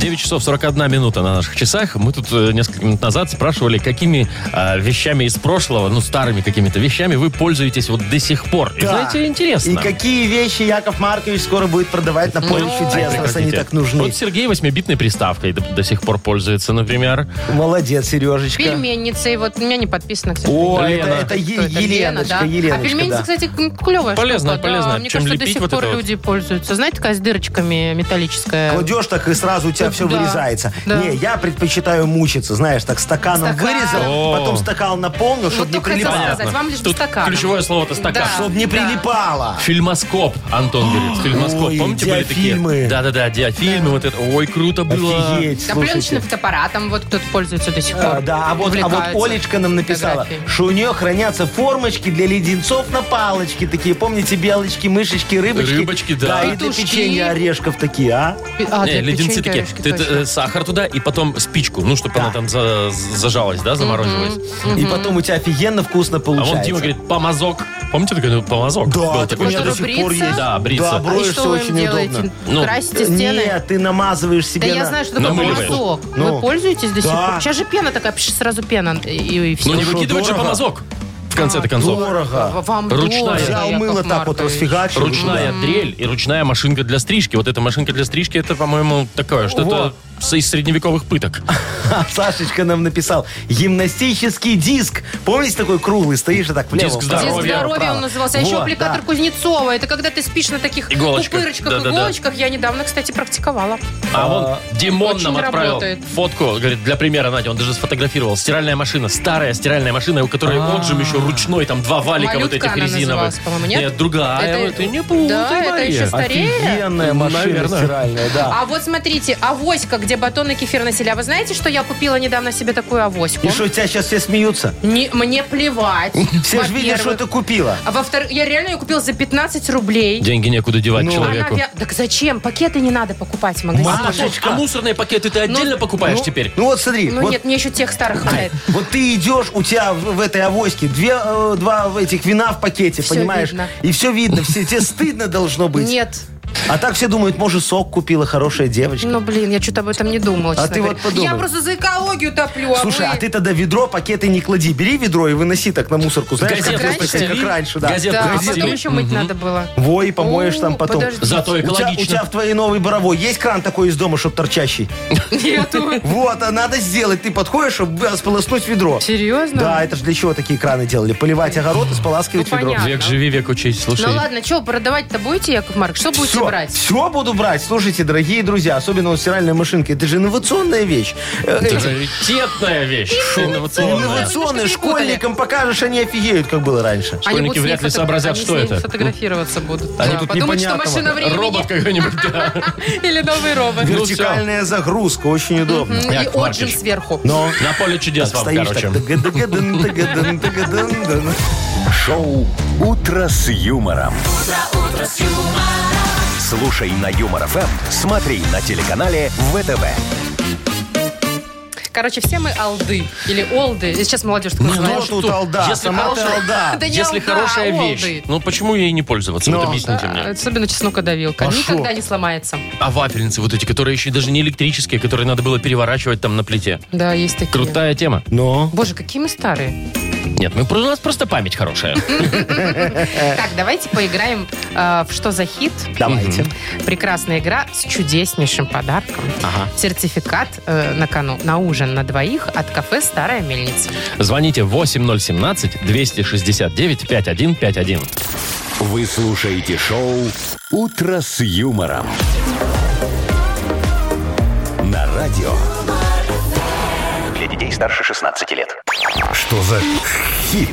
S1: 9 часов 41 минута на наших часах. Мы тут э, несколько минут назад спрашивали, какими э, вещами из прошлого, ну, старыми какими-то вещами вы пользуетесь вот до сих пор. И
S2: Да.
S1: знаете, интересно.
S2: И какие вещи Яков Маркович скоро будет продавать на
S3: Ну,
S2: поле чудес, раз они
S1: Прекратите.
S2: так нужны.
S1: Вот Сергей восьмибитной приставкой до, до сих пор пользуется, например.
S2: Молодец, Сережечка.
S3: Пельменницы. Вот у меня не подписано, кстати.
S2: О, это,
S1: Лена.
S2: это Е-
S3: Кто это? Лена,
S2: Еленочка,
S3: да?
S2: Еленочка,
S3: А пельмени,
S2: да.
S3: кстати, м, клевая
S1: Полезная,
S3: штука, да.
S1: полезная.
S3: Мне
S1: Чем
S3: кажется,
S1: лепить
S3: до сих
S1: вот
S3: пор
S1: это вот?
S3: люди пользуются. Знаете, такая с дырочками металлическая.
S2: Кладешь так, и сразу у тебя все
S3: Да,
S2: вырезается.
S3: да.
S2: Не, я предпочитаю мучиться, знаешь, так стаканом
S3: Стакан.
S2: вырезал,
S1: О.
S2: потом стакан наполнил,
S3: Вот
S2: чтобы не
S3: только хотела
S2: прилипало.
S3: сказать, вам лишь бы
S1: Тут
S3: стакан.
S1: ключевое слово-то стакан.
S2: Чтобы не прилипало.
S1: Фильмоскоп, Антон говорит. Фильмоскоп.
S2: Ой,
S1: Помните, были такие?
S2: диафильмы.
S1: Да-да-да, диафильмы. Вот это. Ой, круто было.
S2: Офигеть,
S3: Да,
S2: слушайте.
S3: пленочным фотоаппаратом вот кто-то пользуется до сих пор.
S2: А, да, а вот, а вот
S3: Увлекаются
S2: Олечка нам написала,
S3: фотографией.
S2: что у нее хранятся формочки для леденцов на палочке такие. Помните, белочки, мышечки, рыбочки?
S1: Рыбочки, да.
S2: Да, и для
S3: Петушки.
S2: печенья орешков такие, а?
S3: А,
S1: Не,
S3: для
S1: леденцы
S3: печенья
S1: такие.
S3: орешки,
S1: Ты,
S3: точно.
S1: э, сахар туда и потом спичку, ну, чтобы она там за- зажалась, да, заморозилась.
S2: И потом у тебя офигенно вкусно
S1: А
S2: получается.
S1: вон Дима говорит, помазок. Помните, такой ну, помазок?
S2: Да,
S1: Был
S2: так у
S1: такой, типа,
S2: меня
S1: что-
S2: до
S3: Чтобы
S2: сих пор
S3: бриться?
S2: есть.
S1: Да, бриться.
S2: Да,
S1: А и
S3: И
S2: броешься
S3: что вы им
S2: очень
S3: делаете?
S2: неудобно.
S1: Ну,
S3: Красите стены?
S2: Э, Нет, ты намазываешь себе
S3: Да я
S2: на-
S3: знаю, что такое
S1: намыливаешь.
S3: помазок.
S2: Ну.
S3: Вы пользуетесь до сих
S2: Да.
S3: пор? Сейчас же пена такая, пш, сразу пена, и, и все.
S1: Ну, не
S2: что,
S1: выкидывать же
S2: дорого?
S1: помазок в конце-то концов.
S2: Дорого.
S3: Вам
S1: Ручная.
S3: дорого,
S2: Взял
S3: Яков
S2: мыло так вот
S3: Маркович.
S2: расфигачил.
S1: Ручная дрель и ручная машинка для стрижки. Вот эта машинка для стрижки, это, по-моему, такое, что-то с- из средневековых пыток.
S2: [laughs] А Сашечка нам написал гимнастический диск. Помните такой круглый, стоишь и так влево,
S1: Диск
S2: вправо,
S3: Диск
S1: Здоровье.
S2: влево,
S3: здоровья
S2: вправо.
S3: он назывался. А еще
S2: Вот,
S3: аппликатор
S2: да.
S3: Кузнецова. Это когда ты спишь на таких
S1: Иголочках.
S3: пупырочках,
S1: Да-да-да.
S3: иголочках. Я недавно, кстати, практиковала.
S1: А он Димон
S3: очень
S1: нам отправил
S3: работает.
S1: фотку, говорит, для примера, Надя, он даже сфотографировал. Стиральная машина, старая стиральная машина, у которой отжим еще ручной, там два валика вот
S3: А. Малютка
S1: этих
S3: она
S1: резиновых.
S3: называлась, по-моему, нет?
S1: другая.
S3: Это-
S1: Ты не путай,
S3: Да, это
S1: Мария.
S3: еще старее.
S2: Офигенная машина
S1: Наверное.
S2: стиральная, да.
S3: А вот смотрите, авоська, где батоны кефир насели. А вы знаете, что я купила недавно себе такую авоську?
S2: И что, тебя сейчас все смеются?
S3: Не- мне плевать.
S2: Все же видят, что
S3: Во-первых.
S2: ты купила.
S3: А во-вторых, я реально ее купила за 15 рублей.
S1: Деньги некуда девать
S2: Ну.
S3: Она
S1: человеку.
S3: вя- Так зачем? Пакеты не надо покупать в магазине.
S1: А,
S2: Машечка.
S1: а мусорные пакеты ты отдельно покупаешь
S2: Ну,
S1: теперь?
S2: Ну вот смотри,
S3: Ну
S2: вот,
S3: нет, мне еще тех старых хватает.
S2: вот ты идешь, у тебя в, в этой авоське две, э, два в этих вина в пакете,
S3: Всё
S2: понимаешь?
S3: видно.
S2: И все видно, все, тебе стыдно должно [clears throat] быть.
S3: Нет.
S2: А так все думают, может, сок купила хорошая девочка.
S3: Ну, блин, я что-то об этом не
S1: А
S3: думала, честно
S2: ты вот
S3: говоря.
S2: подумай.
S3: Я просто за экологию топлю,
S2: Слушай,
S3: вы-
S2: а ты тогда ведро, пакеты не клади. Бери ведро и выноси так на мусорку. Знаешь,
S1: Газету
S2: как, раньше,
S1: постели.
S2: как раньше, да.
S1: Газету.
S3: Да, а
S1: Подожди.
S3: потом еще мыть надо было. [laughs]
S2: Во, и помоешь там
S3: О,
S2: потом.
S3: подожди.
S1: Зато
S2: У тебя,
S1: экологично.
S2: у тебя в твоей новой боровой есть кран такой из дома, чтоб торчащий?
S3: Нету.
S2: Вот, а надо сделать. Ты подходишь, чтобы сполоснуть ведро.
S3: Серьезно?
S2: Да, это же для чего такие краны делали? Поливать огород и споласкивать
S3: Ну,
S2: ведро.
S3: понятно.
S1: Век живи, век учись. Слушай,
S3: Ну ладно, что, продавать-то будете, Яков Марк? Что будете
S2: все,
S3: брать?
S2: Все буду брать. Слушайте, дорогие друзья, особенно вот стиральная машинка, это же инновационная вещь. Э,
S1: это
S2: эти-
S1: раритетная вещь. Инновационная.
S2: Инновационная.
S3: Немножко перепутали.
S2: Школьникам покажешь, они офигеют, как было раньше.
S1: Школьники
S3: будут с ней
S1: вряд ли
S3: фото-
S1: сообразят,
S3: они
S1: что
S3: с ней
S1: это.
S3: фотографироваться будут.
S2: Они
S3: Да,
S2: тут
S3: Подумают, что
S2: непонятного.
S3: машина
S1: Робот
S3: времени.
S1: какой-нибудь, да.
S3: [laughs] Или новый робот. Ну
S1: Ну,
S2: Вертикальная загрузка, очень удобно.
S1: Яков
S3: И отжим
S1: Маркович. Ну.
S3: сверху.
S2: Но
S1: На поле чудес вам,
S2: стоишь так.
S1: короче.
S2: тыгадыгадын, тыгадын, тыгадын, да, ну.
S4: Шоу «Утро с юмором». Слушай на Юмор ФМ, смотри на телеканале ВТВ.
S3: Короче, все мы алды. Или олды. Сейчас молодежь такое
S2: Кто
S3: называет.
S1: что?
S2: тут алда?
S1: Если
S2: Сама ты
S1: алда-
S2: алда.
S3: Да не
S1: Ну, Если
S3: алда,
S1: хорошая
S3: а
S1: вещь,
S3: олды.
S1: ну почему ей не пользоваться? Вот
S2: Ну.
S1: объясните
S3: А,
S1: мне.
S3: Особенно чеснокодавилка.
S2: А
S3: Никогда
S2: шо?
S3: не сломается.
S1: А вафельницы вот эти, которые еще даже не электрические, которые надо было переворачивать там на плите.
S3: Да, есть такие.
S1: Крутая тема.
S2: Но.
S3: Боже, какие мы старые.
S1: Нет, мы, про- у нас просто память хорошая.
S3: Так, давайте поиграем э, в «Что за хит?».
S2: Давайте.
S3: Прекрасная игра с чудеснейшим подарком. Сертификат э, на кону на ужин на двоих от кафе «Старая мельница».
S1: Звоните 8017-269-5151.
S4: Вы слушаете шоу «Утро с юмором». На радио.
S6: Для детей старше 16 лет.
S4: Что за хит?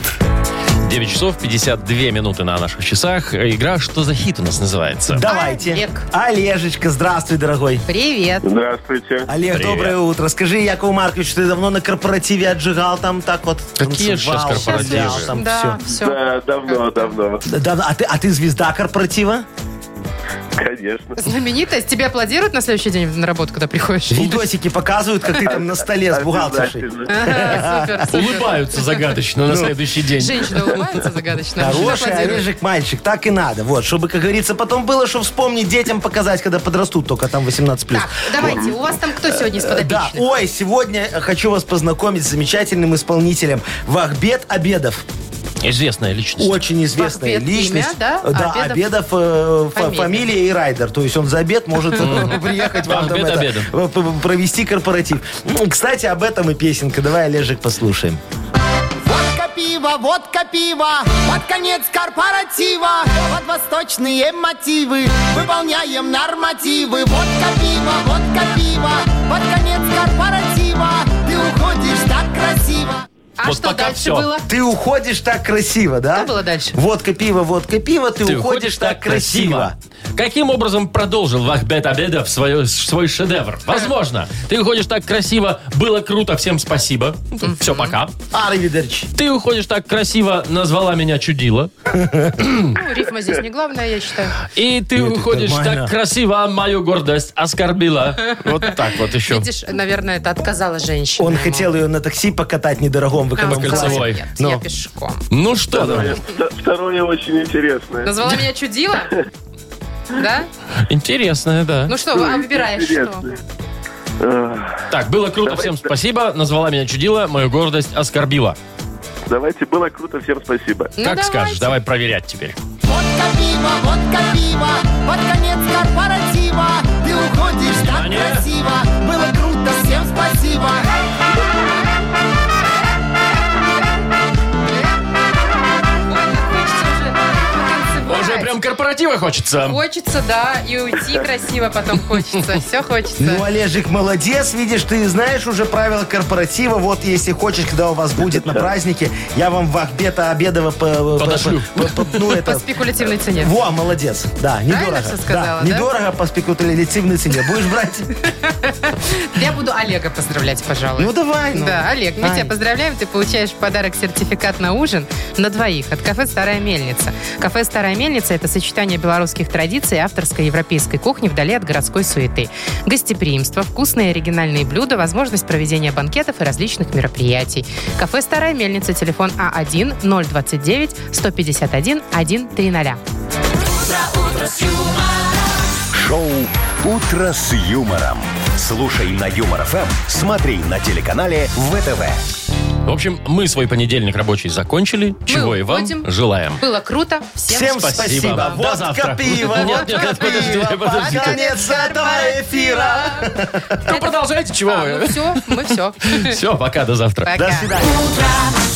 S1: 9 часов 52 минуты на наших часах. Игра «Что за хит» у нас называется.
S2: Давайте.
S3: Олег.
S2: Олежечка, здравствуй, дорогой.
S3: Привет.
S7: Здравствуйте.
S2: Олег,
S1: Привет.
S2: доброе утро. Скажи, Якову Маркович, ты давно на корпоративе отжигал там так вот?
S1: Какие ж сейчас
S2: танцевал,
S1: корпоративы?
S2: гулял там
S3: да,
S2: всё.
S3: все.
S7: Да, давно, давно.
S2: Да, да, а, ты, а ты звезда корпоратива?
S7: Конечно.
S3: Знаменитость. Тебе аплодируют на следующий день на работу, когда приходишь?
S2: Видосики показывают, как ты там на столе с бухгалтершей.
S7: Обязательно.
S3: Ага, Супер, супер.
S1: Улыбаются загадочно
S2: Ну.
S1: на следующий день.
S3: Женщина улыбается загадочно. мужчина
S2: Хороший
S3: аплодирует.
S2: Олежек мальчик, так и надо. Вот, чтобы, как говорится, потом было, что вспомнить детям показать, когда подрастут, только там 18+.
S3: Так, давайте, у вас там кто сегодня из
S2: Да,
S3: подопечных?
S2: ой, сегодня хочу вас познакомить с замечательным исполнителем Вахбет Обедов.
S1: Известная личность.
S2: Очень известная
S3: Вахбет
S2: личность.
S3: имя, да?
S2: Да,
S3: Обедов?
S2: Обедов, э, фа-
S3: Фамилия.
S2: фамилия. и райдер. То есть он за обед может э, [laughs] приехать вам там
S1: Вахбет
S2: это,
S1: Обедов.
S2: э, п- п- провести корпоратив. М, Кстати, об этом и песенка. Давай, Олежек, послушаем.
S8: Водка пиво, водка пиво, под конец корпоратива, под восточные мотивы, выполняем нормативы. Водка пиво, водка пиво, под конец корпоратива, ты уходишь так красиво.
S3: А
S1: Вот
S3: что
S1: пока
S3: дальше
S1: всё.
S3: было?
S2: Ты уходишь так красиво, да?
S3: Что было дальше?
S2: Водка, пиво, водка, пиво, ты, уходишь так красиво.
S1: Каким образом продолжил Вахбет Обедов свой, свой шедевр?
S2: [laughs]
S1: Возможно. Ты уходишь так красиво, было круто, всем спасибо. Все, пока.
S2: Арвидерч.
S1: Ты уходишь так красиво, назвала меня чудила.
S3: Ну, рифма здесь не главное, я считаю.
S1: И ты
S2: Нет, это
S1: уходишь
S2: нормально.
S1: так красиво, А мою гордость
S2: [laughs]
S1: оскорбила. Вот так вот еще.
S3: Видишь, наверное, это отказала женщина.
S2: Он
S3: ему.
S2: хотел ее на такси покатать недорогом Вы
S3: А,
S2: как
S1: По
S3: классно.
S1: кольцевой.
S3: Нет,
S2: Ну.
S3: я пешком.
S1: Ну что, давай.
S7: Вто- Второе очень интересное.
S3: Назвала меня чудила? Да?
S1: Интересное, да.
S3: Ну что, а выбираешь что?
S7: Интересное. Э,
S1: так, было круто,
S7: давай-
S1: всем спасибо. Назвала меня чудила, мою гордость оскорбила.
S7: Давайте, было круто, всем спасибо.
S3: Ну,
S1: как
S3: давайте.
S1: скажешь, давай проверять теперь.
S8: Водка, пиво, водка, пиво, под конец корпоратива Ты уходишь так
S1: Внимание.
S8: красиво, было круто, всем спасибо
S3: Ой, как хочется уже потанцевать.
S1: Уже прям корпоратива хочется.
S3: Хочется, да, и уйти красиво потом хочется. Все
S2: Ну,
S1: а
S3: хочется.
S2: Олежик, молодец, видишь, ты знаешь уже правила корпоратива. Вот, если хочешь, когда у вас будет на празднике, я вам в обеда обедово по-
S1: Подошлю.
S2: по- по- по- ну,
S3: По
S2: это...
S3: спекулятивной цене.
S2: Во, молодец. Да, недорого.
S3: всё сказала, да?
S2: недорого по спекулятивной цене. Будешь брать?
S3: Я буду Олега поздравлять, пожалуй.
S2: Ну, давай. ну.
S3: Да, Олег, мы
S2: Ай.
S3: тебя поздравляем. Ты получаешь в подарок сертификат на ужин на двоих от кафе «Старая мельница». Кафе «Старая мельница» — это сочетание белорусских традиций и авторской европейской кухни вдали от городской суеты. Гостеприимство, вкусные и оригинальные блюда, возможность проведения банкетов и различных мероприятий. Кафе «Старая мельница», телефон А А1-029-151-130.
S4: Шоу «Утро с юмором». Слушай на Юмор ФМ, смотри на телеканале ВТВ.
S1: В общем, мы свой понедельник рабочий закончили, чего и вам
S3: уходим.
S1: желаем.
S3: Было круто. Всем,
S2: Всем спасибо.
S1: спасибо. До
S2: Водка,
S1: завтра.
S2: пиво,
S1: Нет,
S2: водка,
S1: нет, нет, подожди,
S2: пиво,
S1: подожди.
S2: под конец этого эфира.
S1: Ну, продолжайте, чего
S3: А, ну все, мы все.
S1: [laughs] Все, пока, до завтра.
S3: Пока.
S2: До свидания.
S8: Утро